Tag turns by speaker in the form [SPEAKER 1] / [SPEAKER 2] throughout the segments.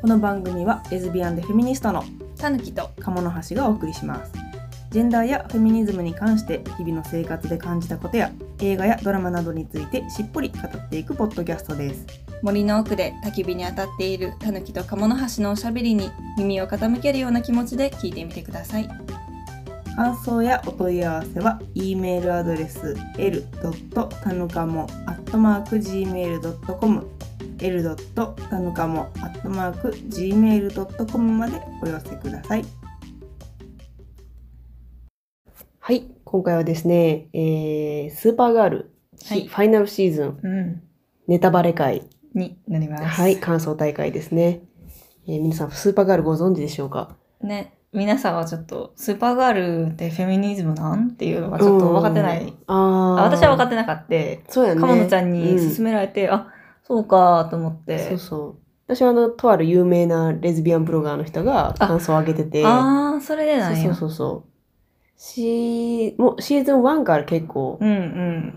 [SPEAKER 1] この番組はレズビアンでフェミニストの
[SPEAKER 2] たぬきと
[SPEAKER 1] 鴨の橋がお送りしますジェンダーやフェミニズムに関して日々の生活で感じたことや映画やドラマなどについてしっぽり語っていくポッドキャストです
[SPEAKER 2] 森の奥で焚き火に当たっているたぬきと鴨の橋のおしゃべりに耳を傾けるような気持ちで聞いてみてください
[SPEAKER 1] 感想やお問い合わせは e メールアドレス l. たぬかも @gmail.com l. たぬかも @gmail.com までお寄せくださいはい今回はですね、えースーパーガール、
[SPEAKER 2] はい
[SPEAKER 1] ファイナルシーズン
[SPEAKER 2] うん
[SPEAKER 1] ネタバレ会
[SPEAKER 2] になります
[SPEAKER 1] はい感想大会ですね、えー皆さんスーパーガールご存知でしょうか
[SPEAKER 2] ね皆さんはちょっとスーパーガールってフェミニズムなんっていうのがちょっと分かってな
[SPEAKER 1] う
[SPEAKER 2] い、
[SPEAKER 1] んあ
[SPEAKER 2] あ私は分かっててなかった
[SPEAKER 1] そうやね
[SPEAKER 2] 鴨野ちゃんに
[SPEAKER 1] うん
[SPEAKER 2] 勧められて、あそうかと思って
[SPEAKER 1] そうそう。私はあの、とある有名なレズビアンブロガーの人が
[SPEAKER 2] あ
[SPEAKER 1] 感想を上げてて、
[SPEAKER 2] ああそれでなんや
[SPEAKER 1] そうそうそうそう。シーもうシーズン1から結構、
[SPEAKER 2] うんうん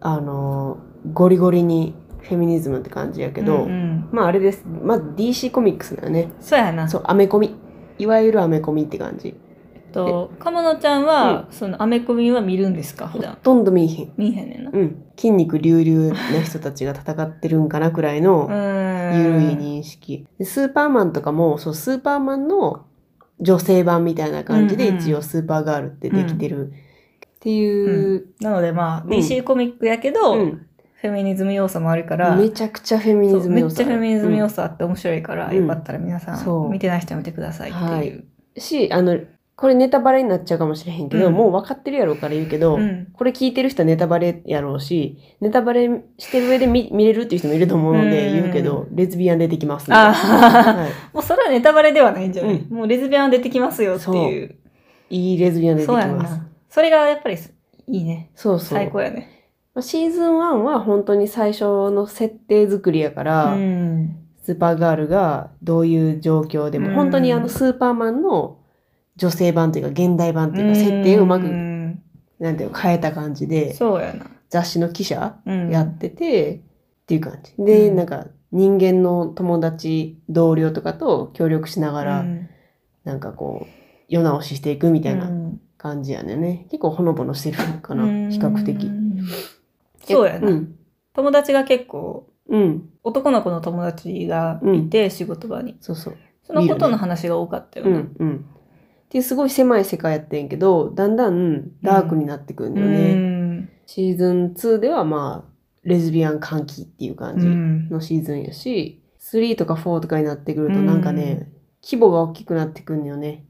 [SPEAKER 1] あのーゴリゴリにフェミニズムって感じやけど、
[SPEAKER 2] うんうん
[SPEAKER 1] まああれです。まあ DC コミックスだよね。
[SPEAKER 2] そうやな
[SPEAKER 1] そう、アメコミ。いわゆるアメコミって感じ。
[SPEAKER 2] えっと鴨野ちゃんは、そのアメコミは見るんですか普
[SPEAKER 1] ほ
[SPEAKER 2] 段
[SPEAKER 1] とんど見えへん。
[SPEAKER 2] 見えへんねんな
[SPEAKER 1] うん。筋肉隆々な人たちが戦ってるんかなくらいの、
[SPEAKER 2] うん
[SPEAKER 1] 緩い認識。でスーパーマンとかも、そう、スーパーマンの女性版みたいな感じで、
[SPEAKER 2] うんうん
[SPEAKER 1] 一応スーパーガールってできてる。っていう、
[SPEAKER 2] なのでま
[SPEAKER 1] ん
[SPEAKER 2] あ、DC コミックやけど、
[SPEAKER 1] うん
[SPEAKER 2] フェミニズム要素もあるから、
[SPEAKER 1] めちゃくちゃフェミニ
[SPEAKER 2] そう
[SPEAKER 1] ズム
[SPEAKER 2] めっ
[SPEAKER 1] 要素
[SPEAKER 2] ちゃ
[SPEAKER 1] ある
[SPEAKER 2] フェミニズム要素あって面白いから、
[SPEAKER 1] うん
[SPEAKER 2] よかったら皆さ
[SPEAKER 1] そうん
[SPEAKER 2] 見てない人は見てくださいって
[SPEAKER 1] はい
[SPEAKER 2] いう。
[SPEAKER 1] うんし、あの、これネタバレになっちゃうかもしれへんけど、
[SPEAKER 2] うん
[SPEAKER 1] もう分かってるやろうから言うけど、
[SPEAKER 2] うん
[SPEAKER 1] これ聞いてる人はネタバレやろうし、ネタバレしてる上で見見れるっていう人もいると思うので
[SPEAKER 2] うんうんうん
[SPEAKER 1] 言うけど、レズビアン出てきますんで
[SPEAKER 2] あ
[SPEAKER 1] は
[SPEAKER 2] もうそれはネタバレではないんじゃない、
[SPEAKER 1] う
[SPEAKER 2] もうレズビアンは出てきますよっていう。
[SPEAKER 1] い、いいレズビアン出てき
[SPEAKER 2] そうやん
[SPEAKER 1] ます。
[SPEAKER 2] な。それがやっぱりすいいね。
[SPEAKER 1] そうそう
[SPEAKER 2] 最高やね。
[SPEAKER 1] まあシーズン1は本当に最初の設定作りやか
[SPEAKER 2] う
[SPEAKER 1] ら、
[SPEAKER 2] ん。
[SPEAKER 1] スーパーガールがどういう状況でも、
[SPEAKER 2] うん
[SPEAKER 1] 本当にあのスーパーマンの女性版というか現代版というか設定をうまく、
[SPEAKER 2] ん
[SPEAKER 1] なんていうの変えた感じで
[SPEAKER 2] そうやな。
[SPEAKER 1] 雑誌の記者
[SPEAKER 2] うん
[SPEAKER 1] やってて、っていう感じで、
[SPEAKER 2] うん
[SPEAKER 1] なんか人間の友達同僚とかと協力しながら、
[SPEAKER 2] うん
[SPEAKER 1] なんかこう世直ししていくみたいうなん感じやねんね、結構ほのぼのしてるかな、比較
[SPEAKER 2] う
[SPEAKER 1] 的
[SPEAKER 2] んそうやな、
[SPEAKER 1] うん
[SPEAKER 2] 友達が結構、
[SPEAKER 1] うん
[SPEAKER 2] 男の子の友達がいて、仕事場に。
[SPEAKER 1] そうそう
[SPEAKER 2] そのことの話が多かったよ
[SPEAKER 1] う
[SPEAKER 2] ね。
[SPEAKER 1] んうん。っていうすごい狭い世界やってんけど、だんだんダークになってくるんだよね。
[SPEAKER 2] うん
[SPEAKER 1] シーズン2ではまあ、レズビアン歓喜っていう感じのシーズンやし、3とか4とかになってくるとなんかね、規模が大きくなってくんのよね。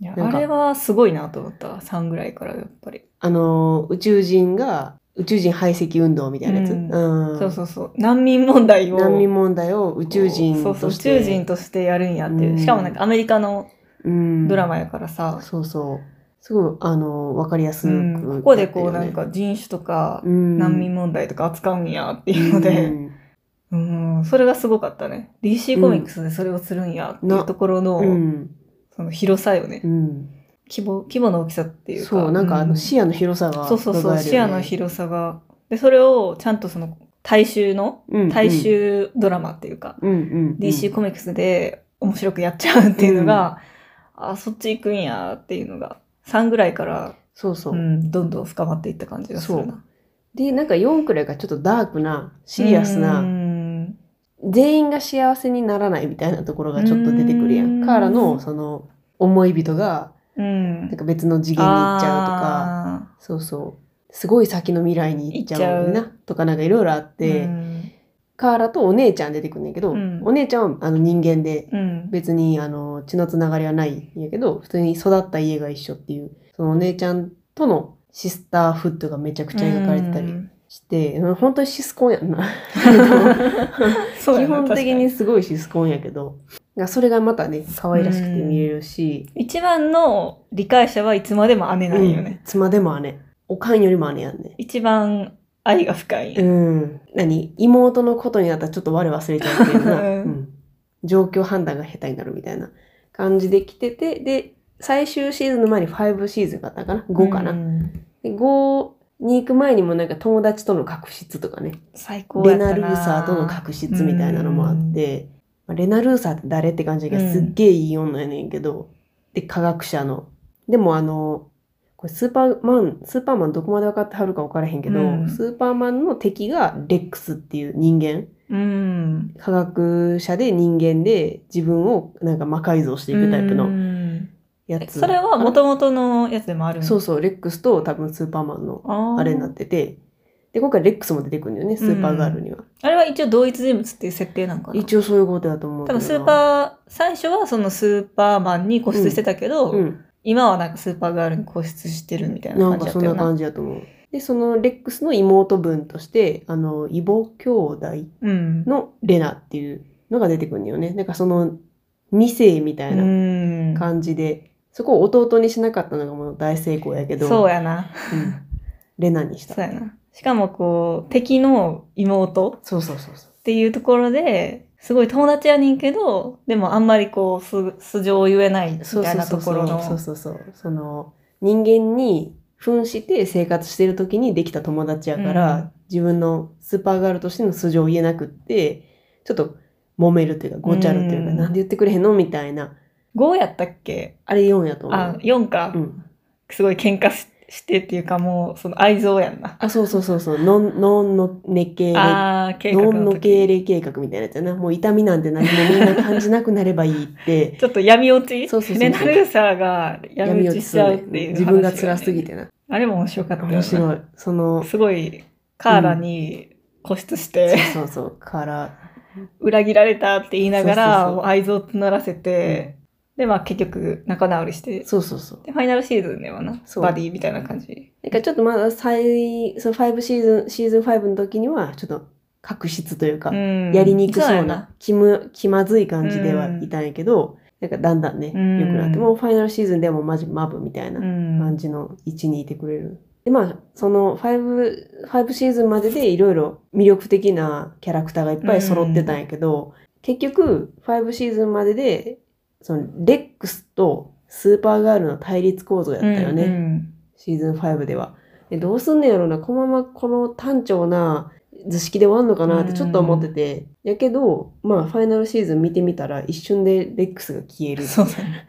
[SPEAKER 2] いや
[SPEAKER 1] なんか
[SPEAKER 2] あれはすごいなと思ったわ3ぐらいからやっぱり、
[SPEAKER 1] あのー、宇宙人が、宇宙人排斥運動みたいなやつ。
[SPEAKER 2] うん
[SPEAKER 1] うん
[SPEAKER 2] そうそうそう難民問題を
[SPEAKER 1] 難民問題を宇宙人
[SPEAKER 2] そうそ
[SPEAKER 1] と
[SPEAKER 2] う宇
[SPEAKER 1] して。
[SPEAKER 2] 宙人としてやるんやっていう、
[SPEAKER 1] うん
[SPEAKER 2] しかもなんかアメリカの
[SPEAKER 1] うん
[SPEAKER 2] ドラマやからさ、
[SPEAKER 1] そうそう。すごい、あのー、わかりやすく、
[SPEAKER 2] うんここでこうなん、か人種とか
[SPEAKER 1] うん、
[SPEAKER 2] 難民問題とか扱うんやっていうの
[SPEAKER 1] う
[SPEAKER 2] で、
[SPEAKER 1] ん
[SPEAKER 2] うんそれがすごかったね DC コミックスでそれをするんやっていうところの、
[SPEAKER 1] うん
[SPEAKER 2] その広さよね、
[SPEAKER 1] うん、
[SPEAKER 2] 規模規模の大きさっていうか
[SPEAKER 1] そうなんかあ
[SPEAKER 2] う
[SPEAKER 1] の視野の広さが
[SPEAKER 2] そうそうそう、
[SPEAKER 1] 伺える
[SPEAKER 2] 視
[SPEAKER 1] よ
[SPEAKER 2] 野
[SPEAKER 1] ね
[SPEAKER 2] の広さが。で、それをちゃんとその、大衆の、
[SPEAKER 1] うんうん
[SPEAKER 2] 大衆ドラマっていうか、
[SPEAKER 1] うんうんうん
[SPEAKER 2] DC コミックスで面白くやっちゃうっていうのが、あ、そっち行くんやっていうのが、3ぐらいから、
[SPEAKER 1] そうそう、
[SPEAKER 2] うん、どんどん深まっていった感じがする
[SPEAKER 1] そ
[SPEAKER 2] な。
[SPEAKER 1] でなんか4くらいがちょっとダークなシリアス
[SPEAKER 2] う
[SPEAKER 1] なん全員が幸せにならないみたいなところがちょっと出てくるやん
[SPEAKER 2] うん
[SPEAKER 1] カーラのその思い人が
[SPEAKER 2] うん。
[SPEAKER 1] なんか別の次元に行っちゃうとか
[SPEAKER 2] あ
[SPEAKER 1] そうそうすごい先の未来に行っちゃう
[SPEAKER 2] 行
[SPEAKER 1] な
[SPEAKER 2] っ
[SPEAKER 1] とかなんかいろいろあっ
[SPEAKER 2] ー
[SPEAKER 1] て、
[SPEAKER 2] うん
[SPEAKER 1] カーラとお姉ちゃん出てくるんだけど、
[SPEAKER 2] うん
[SPEAKER 1] お姉ちゃんはあの人間で
[SPEAKER 2] うん。
[SPEAKER 1] 別にあの血のつながりはないんやけど普通に育った家が一緒っていうそのお姉ちゃんとのシスターフッドがめちゃくちゃ描かれてた
[SPEAKER 2] う
[SPEAKER 1] り
[SPEAKER 2] ん
[SPEAKER 1] して、うん本当にシスコンやん な
[SPEAKER 2] そうや
[SPEAKER 1] 基
[SPEAKER 2] な
[SPEAKER 1] 本的に
[SPEAKER 2] 確か
[SPEAKER 1] すごいシスコンやけどがそれがまたね可愛らしくて見れるし、
[SPEAKER 2] に一番の理解者はいつまでも姉
[SPEAKER 1] う
[SPEAKER 2] なんんよね。
[SPEAKER 1] 妻でも姉おかんよりも姉やんね
[SPEAKER 2] 一番愛が深い。
[SPEAKER 1] うん何妹のことになったらちょっと我忘れちゃうっていうな、
[SPEAKER 2] うん
[SPEAKER 1] うん状況判断が下手になるみたいな感じで来ててで最終シーズンの前に5シーズンがあったかな5かな、
[SPEAKER 2] うん
[SPEAKER 1] で5に行く前にもなんか友達との確執とかね
[SPEAKER 2] 最高
[SPEAKER 1] レ
[SPEAKER 2] やったな
[SPEAKER 1] ナ・ルーサーとの確執みたいなのもあって、まあレナ・ルーサーって誰って感じだけ
[SPEAKER 2] う
[SPEAKER 1] ど、
[SPEAKER 2] ん
[SPEAKER 1] すっげえいい女やねんけど、で、科学者の。でもあの、これスーパーマン、スーパーマンどこまで分かってはるか分からへんけど、
[SPEAKER 2] うん
[SPEAKER 1] スーパーマンの敵がレックスっていう人間。
[SPEAKER 2] うん。
[SPEAKER 1] 科学者で人間で自分をなんか魔改造していくタイプ
[SPEAKER 2] う
[SPEAKER 1] の
[SPEAKER 2] ん
[SPEAKER 1] や
[SPEAKER 2] え
[SPEAKER 1] つ。
[SPEAKER 2] それは元々のやつでもあるん
[SPEAKER 1] そうそう、レックスと多分スーパーマンの
[SPEAKER 2] あー
[SPEAKER 1] あれになってて、で、今回レックスも出てくるんだよね、スーパーガールには。
[SPEAKER 2] あれは一応同一人物っていう設定なのかな
[SPEAKER 1] 一応そういうことだと思うけ
[SPEAKER 2] 多
[SPEAKER 1] ど
[SPEAKER 2] 分
[SPEAKER 1] な。
[SPEAKER 2] スーパー、最初はそのスーパーマンに固執してたけど、
[SPEAKER 1] うん。
[SPEAKER 2] 今はなんかスーパーガールに固執してるみたいな
[SPEAKER 1] なんか
[SPEAKER 2] 感じだっ
[SPEAKER 1] そん
[SPEAKER 2] たよ
[SPEAKER 1] な
[SPEAKER 2] な。
[SPEAKER 1] 感じだと思う。で、そのレックスの妹分として、あの、異母兄弟
[SPEAKER 2] うん。
[SPEAKER 1] のレナっていうのが出てくるんだよね。なんかその2世みたいな
[SPEAKER 2] うん。
[SPEAKER 1] 感じで、そこを弟にしなかったのがもう大成功やけど、
[SPEAKER 2] そうやな。
[SPEAKER 1] うんレナにした。
[SPEAKER 2] そうやな。しかもこう、敵の妹
[SPEAKER 1] そうそうそうそう。
[SPEAKER 2] っていうところで、すごい友達やねんけど、でもあんまりこう、素素性を言えないみ
[SPEAKER 1] そう
[SPEAKER 2] たいなところの。
[SPEAKER 1] そうそうそうそうそうその人間に扮して生活してる時にできた友達やから、
[SPEAKER 2] うん
[SPEAKER 1] 自分のスーパーガールとしての素性を言えなくってちょっと揉めるというかごちゃるというか、
[SPEAKER 2] うん
[SPEAKER 1] なんで言ってくれへんのみたいな
[SPEAKER 2] 5やったっけ
[SPEAKER 1] あれ4やと思
[SPEAKER 2] あ、
[SPEAKER 1] う。
[SPEAKER 2] 4か。
[SPEAKER 1] うん、
[SPEAKER 2] すごい喧嘩ししてっていうかもう、その愛憎やんな。
[SPEAKER 1] あそうそうそうそうノンノンのね系
[SPEAKER 2] ああ、計画
[SPEAKER 1] ノン
[SPEAKER 2] の
[SPEAKER 1] の
[SPEAKER 2] 時。
[SPEAKER 1] 経営計画みたいなやつやなもう痛みなんて何もみんな感じなくなればいいって
[SPEAKER 2] ちょっと闇落ち
[SPEAKER 1] そうそうそう
[SPEAKER 2] レナルーサーが 闇落ちしちゃうっていう、
[SPEAKER 1] 自分が辛すぎ
[SPEAKER 2] て。
[SPEAKER 1] てな
[SPEAKER 2] あれも面白かったよ、ね。
[SPEAKER 1] 面白いそ の
[SPEAKER 2] すごい、カーラに固執して、
[SPEAKER 1] そうそうそうから
[SPEAKER 2] 裏切られたって言いなが
[SPEAKER 1] そうそう
[SPEAKER 2] ら、
[SPEAKER 1] そう
[SPEAKER 2] もう愛憎を募らせて、で、まあ結局仲直りして、
[SPEAKER 1] そうそうそう
[SPEAKER 2] で、ファイナルシーズンではな、
[SPEAKER 1] そう
[SPEAKER 2] バディみたいな感じ。
[SPEAKER 1] なんかちょっとまだ最、その5シーズン、シーズン5の時には、ちょっと確執というか、
[SPEAKER 2] ん
[SPEAKER 1] やりにくそう
[SPEAKER 2] や
[SPEAKER 1] な。、気む、気まずい感じではいたんやけど、なんかだんだんね、
[SPEAKER 2] うん。
[SPEAKER 1] 良くなって、もうファイナルシーズンでもマジマブみたいうなん感じの位置にいてくれる。で、まあ、その5、5シーズンまででいろいろ魅力的なキャラクターがいっぱい揃ってたんやけど、結局、5シーズンまでで、その、レックスとスーパーガールの対立構造やったよね。
[SPEAKER 2] うん
[SPEAKER 1] シーズン5では。えどうすんねやろな、このままこの単調な図式で終わんのかなってちょっと思ってて。やけど、まあ、ファイナルシーズン見てみたら、一瞬でレックスが消え
[SPEAKER 2] うん
[SPEAKER 1] る。
[SPEAKER 2] そうだね。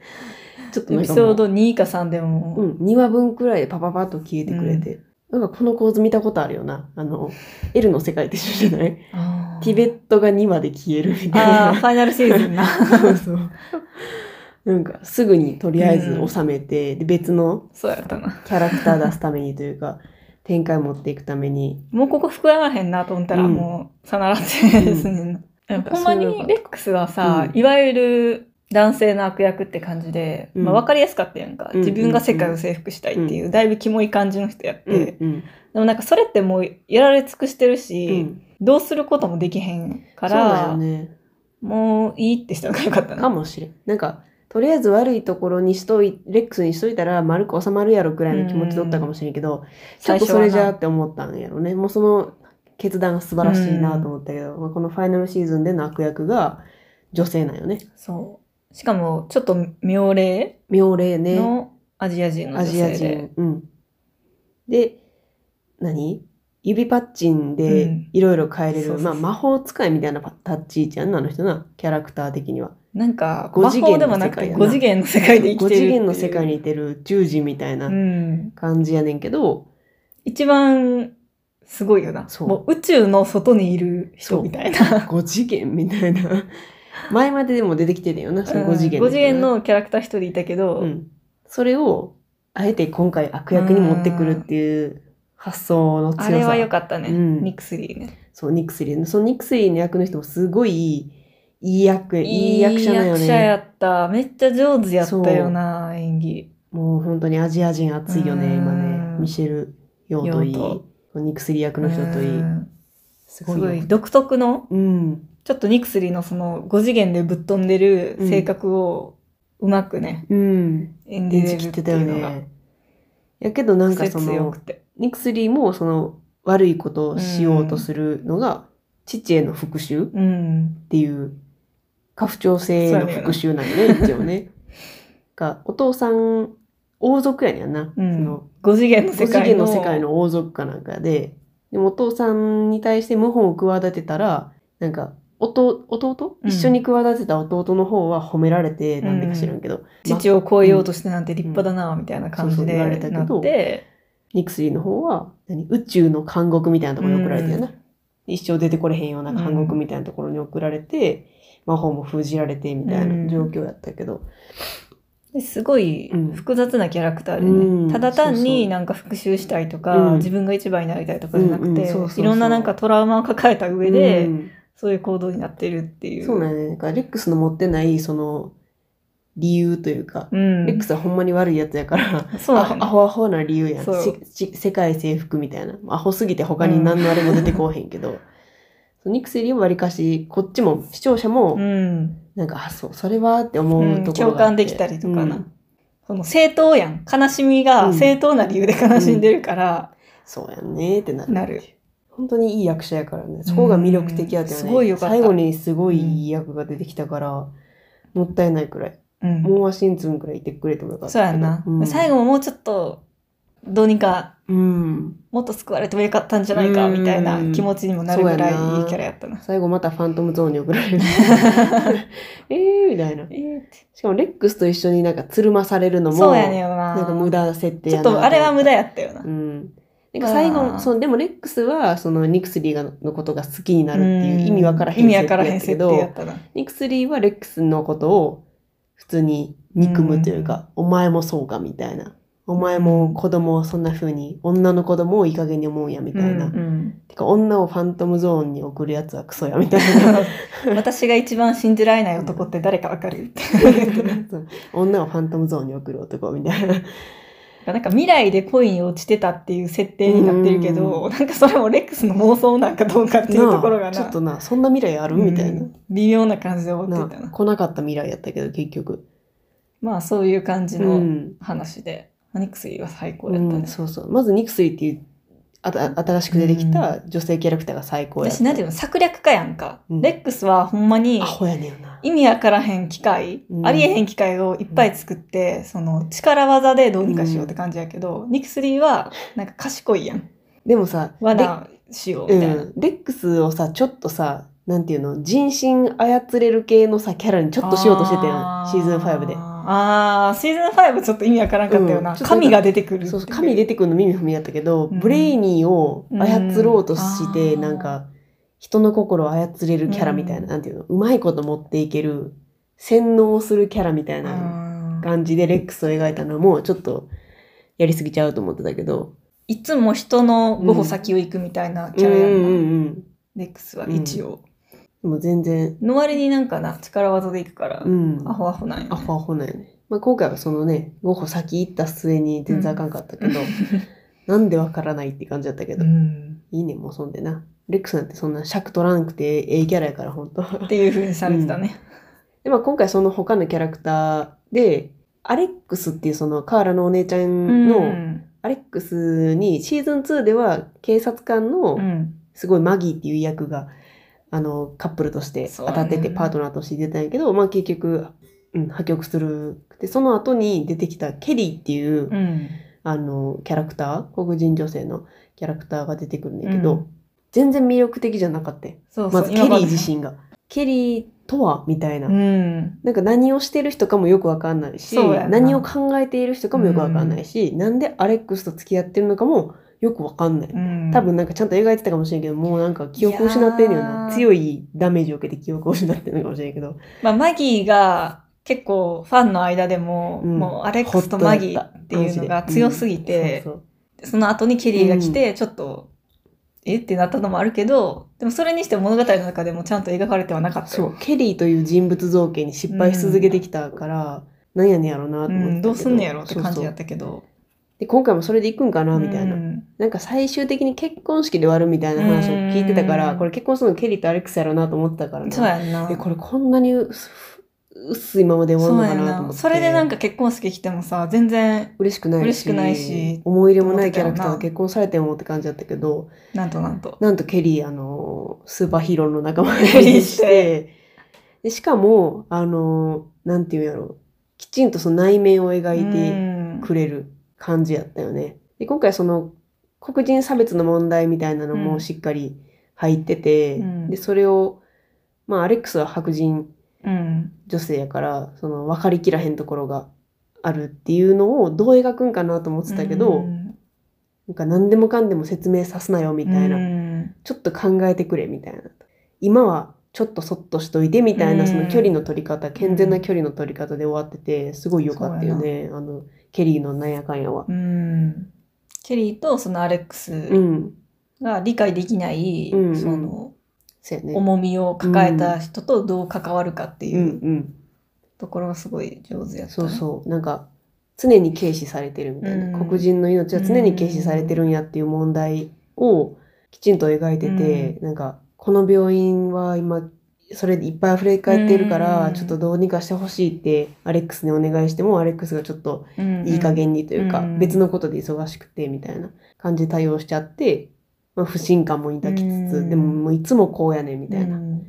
[SPEAKER 1] ちょっと
[SPEAKER 2] エ
[SPEAKER 1] なん
[SPEAKER 2] ピ
[SPEAKER 1] か
[SPEAKER 2] ソ
[SPEAKER 1] も
[SPEAKER 2] ード
[SPEAKER 1] う、
[SPEAKER 2] 2か3でも、
[SPEAKER 1] うん、2話分くらいでパパパッと消えてくれて。なんかこの構図見たことあるよな。あの、L の世界と一緒じゃない
[SPEAKER 2] あー
[SPEAKER 1] ティベットが2話で消えるみた
[SPEAKER 2] あー
[SPEAKER 1] い
[SPEAKER 2] ファイナルシーズンな。
[SPEAKER 1] な。 そうそう。なんか、すぐにとりあえず収めて、で、別の
[SPEAKER 2] そうやったな。
[SPEAKER 1] キャラクター出すためにというか、展開持っていくために、
[SPEAKER 2] もうここ膨らまへんなと思ったら、
[SPEAKER 1] うん
[SPEAKER 2] もう、さならってですね。なんかほんまに、レックスはさ、
[SPEAKER 1] うん
[SPEAKER 2] いわゆる男性の悪役って感じで、
[SPEAKER 1] うん
[SPEAKER 2] まあ分かりやすかったやんか。
[SPEAKER 1] うん
[SPEAKER 2] 自分が世界を征服したいっていう、だいぶキモい感じの人やって。で
[SPEAKER 1] うん
[SPEAKER 2] もなんかそれってもう、やられ尽くしてる
[SPEAKER 1] う
[SPEAKER 2] し、
[SPEAKER 1] ん、
[SPEAKER 2] どうすることもできへんか
[SPEAKER 1] そうだ
[SPEAKER 2] ら、
[SPEAKER 1] よね
[SPEAKER 2] もういいってしたのがよかった
[SPEAKER 1] か
[SPEAKER 2] な。
[SPEAKER 1] もしれんなんかとりあえず悪いところにしといレックスにしといたら丸く収まるやろくらいの気持ちだったかもしれんけど、ちょっとそれじゃ
[SPEAKER 2] 最初はな
[SPEAKER 1] って思ったんやろねもうその決断が素晴らしいなと思ったけど、まあこのファイナルシーズンでの悪役が女性なんよね
[SPEAKER 2] そう。しかも、ちょっと妙齢
[SPEAKER 1] 妙齢ね
[SPEAKER 2] のアジア人の
[SPEAKER 1] ア
[SPEAKER 2] 女性
[SPEAKER 1] ジ
[SPEAKER 2] で。
[SPEAKER 1] ア人うんで何指パッチン
[SPEAKER 2] う
[SPEAKER 1] で
[SPEAKER 2] ん
[SPEAKER 1] いろいろ変えれる、
[SPEAKER 2] そうそ
[SPEAKER 1] ま
[SPEAKER 2] うそう
[SPEAKER 1] あ魔法使いみたいな立ち位置やんなあの人なキャラクター的には
[SPEAKER 2] なんか、
[SPEAKER 1] 五
[SPEAKER 2] 魔
[SPEAKER 1] 次元
[SPEAKER 2] 法で
[SPEAKER 1] の
[SPEAKER 2] も
[SPEAKER 1] 世界
[SPEAKER 2] なくて、
[SPEAKER 1] やな
[SPEAKER 2] 5次元の世界で生
[SPEAKER 1] 5
[SPEAKER 2] きてるっていう。
[SPEAKER 1] 次元の世界にいてる十字みたいな
[SPEAKER 2] うん。
[SPEAKER 1] 感じやねんけど、
[SPEAKER 2] 一番、すごいよな。
[SPEAKER 1] そう
[SPEAKER 2] もう宇宙の外にいる人みたいな。
[SPEAKER 1] 5次元みたいな。 前まででも出てきてたよな、その5次元
[SPEAKER 2] う
[SPEAKER 1] の
[SPEAKER 2] ん五次元のキャラクター一人いたけど、
[SPEAKER 1] うん。それを、あえて今回悪役に持ってくるっていう発想の強さ。
[SPEAKER 2] あれは良かったね。
[SPEAKER 1] うん
[SPEAKER 2] ニックスリーね。
[SPEAKER 1] そう、ニックスリーの。そのニックスリーの役の人もすごいいい、いい役、いい役者なんよ
[SPEAKER 2] いい役者や
[SPEAKER 1] ね。
[SPEAKER 2] った。めっちゃ上手やったよな、演技。
[SPEAKER 1] もう本当にアジア人熱いよね、今
[SPEAKER 2] う
[SPEAKER 1] ね。
[SPEAKER 2] ん
[SPEAKER 1] ミシェル・ヨーといい、
[SPEAKER 2] ヨーと
[SPEAKER 1] このニックスリー役の人といい。
[SPEAKER 2] うん
[SPEAKER 1] す
[SPEAKER 2] す
[SPEAKER 1] ごい
[SPEAKER 2] ご
[SPEAKER 1] よ
[SPEAKER 2] い。独特の、
[SPEAKER 1] うん。
[SPEAKER 2] ちょっとニックスリーのその5次元でぶっ飛んでる性格をうまくね、
[SPEAKER 1] うん。
[SPEAKER 2] 演じ
[SPEAKER 1] 演
[SPEAKER 2] れ
[SPEAKER 1] じ
[SPEAKER 2] る
[SPEAKER 1] き
[SPEAKER 2] っ
[SPEAKER 1] って
[SPEAKER 2] て
[SPEAKER 1] た
[SPEAKER 2] い
[SPEAKER 1] よ
[SPEAKER 2] うのが
[SPEAKER 1] ね。やけどなんかそ
[SPEAKER 2] 癖強
[SPEAKER 1] の
[SPEAKER 2] く、て。
[SPEAKER 1] ニクスリーもその悪いことをしようとするのが、父への復讐っ
[SPEAKER 2] うん。
[SPEAKER 1] ていう、家父長制への復讐なんよね、一応ね。が、お父さん、王族やねんな。
[SPEAKER 2] うん
[SPEAKER 1] その、
[SPEAKER 2] 5次元の
[SPEAKER 1] 五
[SPEAKER 2] 世
[SPEAKER 1] 次
[SPEAKER 2] 界
[SPEAKER 1] 元
[SPEAKER 2] の
[SPEAKER 1] の世界の王族かなんかで、でもお父さんに対して謀反を企てたら、なんか、弟弟、
[SPEAKER 2] うん
[SPEAKER 1] 一緒に企てた弟の方は褒められて、
[SPEAKER 2] うん
[SPEAKER 1] なんでか知らんけど、
[SPEAKER 2] 父を超えようとしてなんて立派だな、みたいな感じ
[SPEAKER 1] そうそう
[SPEAKER 2] で
[SPEAKER 1] 言われたけど
[SPEAKER 2] なって、
[SPEAKER 1] ニクスリーの方は何宇宙の監獄みたいなところに送られてるな、一生出てこれへんような監獄みたいなところに送られて、魔法も封じられてみたいな状況やったけど、
[SPEAKER 2] ですごい
[SPEAKER 1] うん
[SPEAKER 2] 複雑なキャラクターでね、
[SPEAKER 1] うん
[SPEAKER 2] ただ単
[SPEAKER 1] そうそ
[SPEAKER 2] に
[SPEAKER 1] う
[SPEAKER 2] なんか復讐したいとか、
[SPEAKER 1] うん
[SPEAKER 2] 自分が一番になりたいとかじゃなくて、
[SPEAKER 1] うんうんそうそうそう
[SPEAKER 2] いろんななんかトラウマを抱えた上で、
[SPEAKER 1] うん
[SPEAKER 2] そういう行動になってるっていう。
[SPEAKER 1] そうなんやねなんかレックスの持ってないその理由というか、
[SPEAKER 2] うん
[SPEAKER 1] レックスはほんまに悪いやつやから、
[SPEAKER 2] そう
[SPEAKER 1] ア
[SPEAKER 2] な
[SPEAKER 1] ホ
[SPEAKER 2] んやね
[SPEAKER 1] アホアホな理由やん
[SPEAKER 2] そう
[SPEAKER 1] しし世界征服みたいなアホすぎて他に何のあれも出てこうへんけ ど、そうニクセリはわりかしこっちも視聴者も
[SPEAKER 2] うん。
[SPEAKER 1] なんか、あそうそれはって思うところがあって、
[SPEAKER 2] うん共感できたりとかな
[SPEAKER 1] うん
[SPEAKER 2] その正当やん。悲しみ
[SPEAKER 1] う
[SPEAKER 2] が
[SPEAKER 1] ん
[SPEAKER 2] 正当な理由で悲しんでるから、
[SPEAKER 1] そうやんねってなる
[SPEAKER 2] なる。
[SPEAKER 1] 本当にいい役者やからねそこが魅力的やったよね、
[SPEAKER 2] うんすごいよかった
[SPEAKER 1] 最後にすごいいい役が出てきたから、もったいないくらい
[SPEAKER 2] うん
[SPEAKER 1] もうワシンツンくらいいてくれてもよかった
[SPEAKER 2] そうやんな。最
[SPEAKER 1] 後
[SPEAKER 2] 後ももうちょっと、どうにか、
[SPEAKER 1] うん
[SPEAKER 2] もっと救われてもよかったんじゃないか、みたいな気持ちにもなるぐらいい
[SPEAKER 1] そうやない
[SPEAKER 2] キャラやったな。
[SPEAKER 1] 最後またファントムゾーンに送ら れるえーみたいな
[SPEAKER 2] えーって
[SPEAKER 1] しかもレックスと一緒になんかつるまされるのも
[SPEAKER 2] そうやねんよな。
[SPEAKER 1] なんか無駄設定
[SPEAKER 2] ち
[SPEAKER 1] や
[SPEAKER 2] ょっ
[SPEAKER 1] な
[SPEAKER 2] とあれは無駄
[SPEAKER 1] や
[SPEAKER 2] やったよな
[SPEAKER 1] う。んなんか最
[SPEAKER 2] あー
[SPEAKER 1] 後そのでもレックスはそのニクスリーがのことが好きになるっていう意味わからへん
[SPEAKER 2] 意味わからへん
[SPEAKER 1] 設定や
[SPEAKER 2] 設
[SPEAKER 1] った
[SPEAKER 2] 定
[SPEAKER 1] け
[SPEAKER 2] や
[SPEAKER 1] ど
[SPEAKER 2] ったな。
[SPEAKER 1] ニクスリーはレックスのことを普通に憎むというか、お前もそうかみたいな。お前も子供をそんな風に、女の子供をいい加減に思うんやみたいな。
[SPEAKER 2] うんうん
[SPEAKER 1] てか女をファントムゾーンに送るやつはクソやみたい な。
[SPEAKER 2] 私が一番信じられない男って誰かわかるって。
[SPEAKER 1] そう女をファントムゾーンに送る男みたいな。
[SPEAKER 2] なんか未来で恋に落ちてたっていう設定になってるけど、なんかそれもレックスの妄想なんかどうかっていうところ
[SPEAKER 1] な
[SPEAKER 2] が
[SPEAKER 1] あ
[SPEAKER 2] な。
[SPEAKER 1] ちょっとな、そんな未来あるみたいな。
[SPEAKER 2] うん微妙な感じで思って
[SPEAKER 1] な
[SPEAKER 2] た
[SPEAKER 1] あ
[SPEAKER 2] な。
[SPEAKER 1] 来なかった未来やったけど結局。
[SPEAKER 2] まあそういう感じ
[SPEAKER 1] う
[SPEAKER 2] の
[SPEAKER 1] ん
[SPEAKER 2] 話で、マニックスイは最高
[SPEAKER 1] う
[SPEAKER 2] やったね
[SPEAKER 1] ん。そうそう。まずニクスリーっていうあた新しく出てきた女性キャラクターが最高やった。
[SPEAKER 2] 私なんていうの策略家やんか、
[SPEAKER 1] うん
[SPEAKER 2] レックスはほんまに
[SPEAKER 1] アホやねんよな。
[SPEAKER 2] 意味わからへん機械、
[SPEAKER 1] うん
[SPEAKER 2] ありえへん機械をいっぱい作って、その力技でどうにかしようって感じやけど、ニクスリーはなんか賢いやん
[SPEAKER 1] でもさ、
[SPEAKER 2] 罠しよう
[SPEAKER 1] レ
[SPEAKER 2] み
[SPEAKER 1] ッ
[SPEAKER 2] たいな、
[SPEAKER 1] うん、レックスをさ、ちょっとさ、なんていうの、人心操れる系のさ、キャラにちょっとしようとしてたやん、シーズン5で。
[SPEAKER 2] あーあーシーズン5ちょっと意味わからんかったよな、
[SPEAKER 1] うんちょっとなんか
[SPEAKER 2] 神が出てくるってい
[SPEAKER 1] そうそう、神出てくるの耳踏みやったけど、
[SPEAKER 2] うん
[SPEAKER 1] ブレイニーを操ろうとして、
[SPEAKER 2] うん
[SPEAKER 1] なんか、人の心を操れるキャラみたいな、
[SPEAKER 2] うん
[SPEAKER 1] なんていうの、うまいこと持っていける、洗脳するキャラみたいうなん感じでレックスを描いたのも、ちょっと、やりすぎちゃうと思ってたけど。
[SPEAKER 2] いつも人の5歩先を行くみたいなキャラやん
[SPEAKER 1] うん
[SPEAKER 2] な、
[SPEAKER 1] うんうん。で
[SPEAKER 2] レックスは一応、
[SPEAKER 1] も全然、
[SPEAKER 2] の割になんかな力技で行くから、
[SPEAKER 1] うん。
[SPEAKER 2] アホアホなんやね、
[SPEAKER 1] アホアホなんよね。まあ、今回はそのね、5歩先行った末に全然あかんかったけ ど、なんでわからないって感じだったけど、
[SPEAKER 2] うん
[SPEAKER 1] いいね、もうそんでな。レックスなんてそんな尺取らなくてええキャラやから、ほんと。
[SPEAKER 2] っていう風にされてたね。
[SPEAKER 1] で、まあ今回その他のキャラクターで、アレックスっていうそのカーラのお姉ちゃん
[SPEAKER 2] う
[SPEAKER 1] の、
[SPEAKER 2] ん
[SPEAKER 1] アレックスにシーズン2では警察官の
[SPEAKER 2] うん
[SPEAKER 1] すごいマギーっていう役が、あの、カップルとして当たって
[SPEAKER 2] そう
[SPEAKER 1] て
[SPEAKER 2] やね
[SPEAKER 1] パートナーとして出たんやけど、まあ結局、うん、破局する。で、その後に出てきたケリーっていう、
[SPEAKER 2] うん
[SPEAKER 1] あの、キャラクター、黒人女性のキャラクターが出てくるんだけど、
[SPEAKER 2] うん
[SPEAKER 1] 全然魅力的じゃなかったよ。
[SPEAKER 2] そうそう
[SPEAKER 1] まずケリー自身が。ケリーとはみたいな。
[SPEAKER 2] うん
[SPEAKER 1] なんか何をしてる人かもよくわかんないし、
[SPEAKER 2] そうやな
[SPEAKER 1] 何を考えている人かもよくわかんないし、なんでアレックスと付き合ってるのかもよくわかんない。
[SPEAKER 2] うん、
[SPEAKER 1] 多分なんかちゃんと描いてたかもしれんけど、もうなんか記憶を失ってんのよ
[SPEAKER 2] いや
[SPEAKER 1] な。
[SPEAKER 2] ー
[SPEAKER 1] 強いダメージを受けて記憶を失ってるのかもしれんけど。
[SPEAKER 2] まあ、マギーが結構ファンの間でも、
[SPEAKER 1] うん
[SPEAKER 2] もうアレックスとマギ
[SPEAKER 1] ホッとな
[SPEAKER 2] ーったていうのが強すぎて、
[SPEAKER 1] うんそう
[SPEAKER 2] その後にケリーが来てちょっと、えってなったのもあるけどでもそれにしても物語の中でもちゃんと描かれてはなかった
[SPEAKER 1] そう
[SPEAKER 2] よ
[SPEAKER 1] そうケリーという人物造形に失敗し続けてきたから、なんやねんやろなと思っ
[SPEAKER 2] う
[SPEAKER 1] てたけ
[SPEAKER 2] ん、どうすんねやろって感じ
[SPEAKER 1] そうそ
[SPEAKER 2] や
[SPEAKER 1] う
[SPEAKER 2] ったけど
[SPEAKER 1] で今回もそれでいくんかなみたいな、
[SPEAKER 2] うん
[SPEAKER 1] なんか最終的に結婚式で終わるみたいな話を聞いてたから、
[SPEAKER 2] うん
[SPEAKER 1] これ結婚するのケリーとアレックスやろうなと思ってたからね
[SPEAKER 2] そうやんな
[SPEAKER 1] えこれこんなに薄薄いままで終
[SPEAKER 2] そ
[SPEAKER 1] わ
[SPEAKER 2] う
[SPEAKER 1] るの
[SPEAKER 2] や
[SPEAKER 1] か
[SPEAKER 2] ん
[SPEAKER 1] なと思っ
[SPEAKER 2] な
[SPEAKER 1] て
[SPEAKER 2] それでなんか結婚式来てもさ全然
[SPEAKER 1] 嬉しくないし
[SPEAKER 2] 嬉しくないし
[SPEAKER 1] 思い入れもないキャラクター
[SPEAKER 2] 思
[SPEAKER 1] が
[SPEAKER 2] ってた
[SPEAKER 1] 結婚されてもって感じだったけど
[SPEAKER 2] なんとなんと
[SPEAKER 1] なんとケリーあのスーパーヒーローの仲間に
[SPEAKER 2] ケリー し
[SPEAKER 1] しててでしかもあのなんていうんやろうきちんとその内面を描いて
[SPEAKER 2] うん
[SPEAKER 1] くれる感じやったよね。で今回その黒人差別の問題みたいなの
[SPEAKER 2] う
[SPEAKER 1] も
[SPEAKER 2] ん
[SPEAKER 1] しっかり入ってて、
[SPEAKER 2] うん
[SPEAKER 1] でそれを、まあアレックスは白人
[SPEAKER 2] うん。
[SPEAKER 1] 女性やからその分かりきらへんところがあるっていうのをどう描くんかなと思ってたけど、
[SPEAKER 2] うん
[SPEAKER 1] なんか何でもかんでも説明さすなよみたいな、
[SPEAKER 2] うん
[SPEAKER 1] ちょっと考えてくれみたいな今はちょっとそっとしといてみたいな、
[SPEAKER 2] うん
[SPEAKER 1] その距離の取り方健全な距離の取り方で終わっててすごい良かったよねあのケリーのなんやかんやは。
[SPEAKER 2] うん。ケリーとそのアレック
[SPEAKER 1] う
[SPEAKER 2] ス
[SPEAKER 1] ん、
[SPEAKER 2] が理解できない、
[SPEAKER 1] うん
[SPEAKER 2] その
[SPEAKER 1] そうやね。
[SPEAKER 2] 重みを抱えた人とどう関わるかって
[SPEAKER 1] う
[SPEAKER 2] い
[SPEAKER 1] ん
[SPEAKER 2] う
[SPEAKER 1] うん、
[SPEAKER 2] ところがすごい上手やった、
[SPEAKER 1] そ
[SPEAKER 2] ね。
[SPEAKER 1] うそうなんか常に軽視されてるみたいな、
[SPEAKER 2] うん
[SPEAKER 1] 黒人の命は常に軽視されてるんやっていう問題をきちんと描いてて、なんかこの病院は今それでいっぱい溢れ返ってるから、
[SPEAKER 2] うん
[SPEAKER 1] ちょっとどうにかしてほしいってアレックスにお願いしてもアレックスがちょっと
[SPEAKER 2] うん。
[SPEAKER 1] いい加減にというか、
[SPEAKER 2] うん
[SPEAKER 1] 別のことで忙しくてみたいな感じで対応しちゃって、まあ、不信感も抱きつつ、
[SPEAKER 2] うん
[SPEAKER 1] でももういつもこうやねんみ
[SPEAKER 2] み
[SPEAKER 1] たいな、
[SPEAKER 2] うん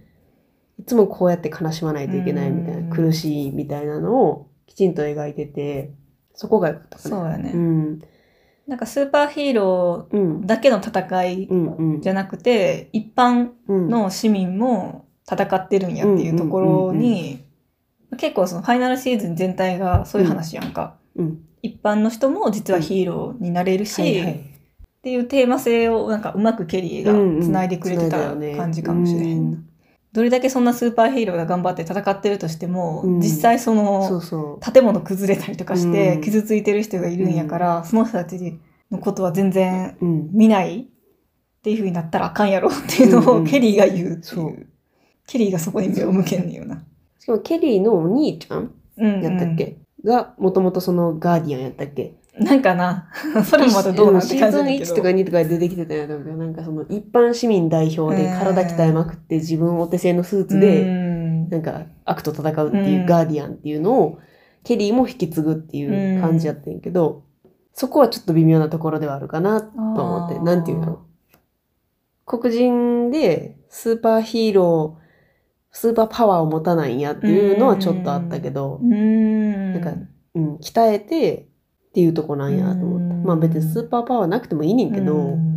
[SPEAKER 1] いつもこうやって悲しまないといけないみたいな、
[SPEAKER 2] うん
[SPEAKER 1] 苦しいみたいなのをきちんと描いてて、そこが良かったかな。
[SPEAKER 2] そうやね、
[SPEAKER 1] うん。
[SPEAKER 2] なんかスーパーヒーロ
[SPEAKER 1] うん
[SPEAKER 2] ー。だけの戦い
[SPEAKER 1] うん。うん。
[SPEAKER 2] じゃなくて、一般
[SPEAKER 1] うん、
[SPEAKER 2] の市民も戦ってるんやっていうところ
[SPEAKER 1] うんうん
[SPEAKER 2] に、結構そのファイナルシーズン全体がそういう話やんか。
[SPEAKER 1] うん。
[SPEAKER 2] 一般の人も実はヒーローになれるし、
[SPEAKER 1] はいは
[SPEAKER 2] っ
[SPEAKER 1] い。
[SPEAKER 2] ていうテーマ性をなんかうまくケリー
[SPEAKER 1] うんうん
[SPEAKER 2] が繋いでくれてた
[SPEAKER 1] 繋いだよね
[SPEAKER 2] 感じかもしれへん。
[SPEAKER 1] うん
[SPEAKER 2] どれだけそんなスーパーヒーローが頑張って戦ってるとしても、
[SPEAKER 1] うん
[SPEAKER 2] 実際そ
[SPEAKER 1] そ
[SPEAKER 2] の
[SPEAKER 1] うそ
[SPEAKER 2] 建物崩れたりとかして
[SPEAKER 1] うん
[SPEAKER 2] 傷ついてる人がいるんやから、その人たちのことは全然
[SPEAKER 1] う。うん。
[SPEAKER 2] 見ないっていう風になったらあかんやろっていうの
[SPEAKER 1] うんう
[SPEAKER 2] を
[SPEAKER 1] ん
[SPEAKER 2] ケリーが言うっていう。
[SPEAKER 1] そう
[SPEAKER 2] ケリーがそこに目を向けんねんよな。
[SPEAKER 1] しかもケリーのお兄ちゃん
[SPEAKER 2] うんうん
[SPEAKER 1] やったっけ、が、もともとそのガーディアンやったっけ
[SPEAKER 2] なんかな、 それもまたどうなん
[SPEAKER 1] シ
[SPEAKER 2] て
[SPEAKER 1] ー
[SPEAKER 2] 感
[SPEAKER 1] ズ
[SPEAKER 2] じだ
[SPEAKER 1] ン
[SPEAKER 2] けど
[SPEAKER 1] 1とか2とかで出てきてたやつだけど、なんかその一般市民代表で体鍛えまくって自分お手製のスーツで、
[SPEAKER 2] うん
[SPEAKER 1] なんか悪と戦うっていう、
[SPEAKER 2] うん
[SPEAKER 1] ガーディアンっていうのをケリーも引き継ぐっていう感じやったんやけど、そこはちょっと微妙なところではあるかなと思って
[SPEAKER 2] あー
[SPEAKER 1] なんていうの黒人でスーパーヒーロースーパーパワーを持たないんやっていうのはちょっとあったけど、
[SPEAKER 2] うん。
[SPEAKER 1] なんかうん鍛えてっていうとこなんやと思った、
[SPEAKER 2] うん
[SPEAKER 1] まあ別にスーパーパワーなくてもいいねんけど、
[SPEAKER 2] うん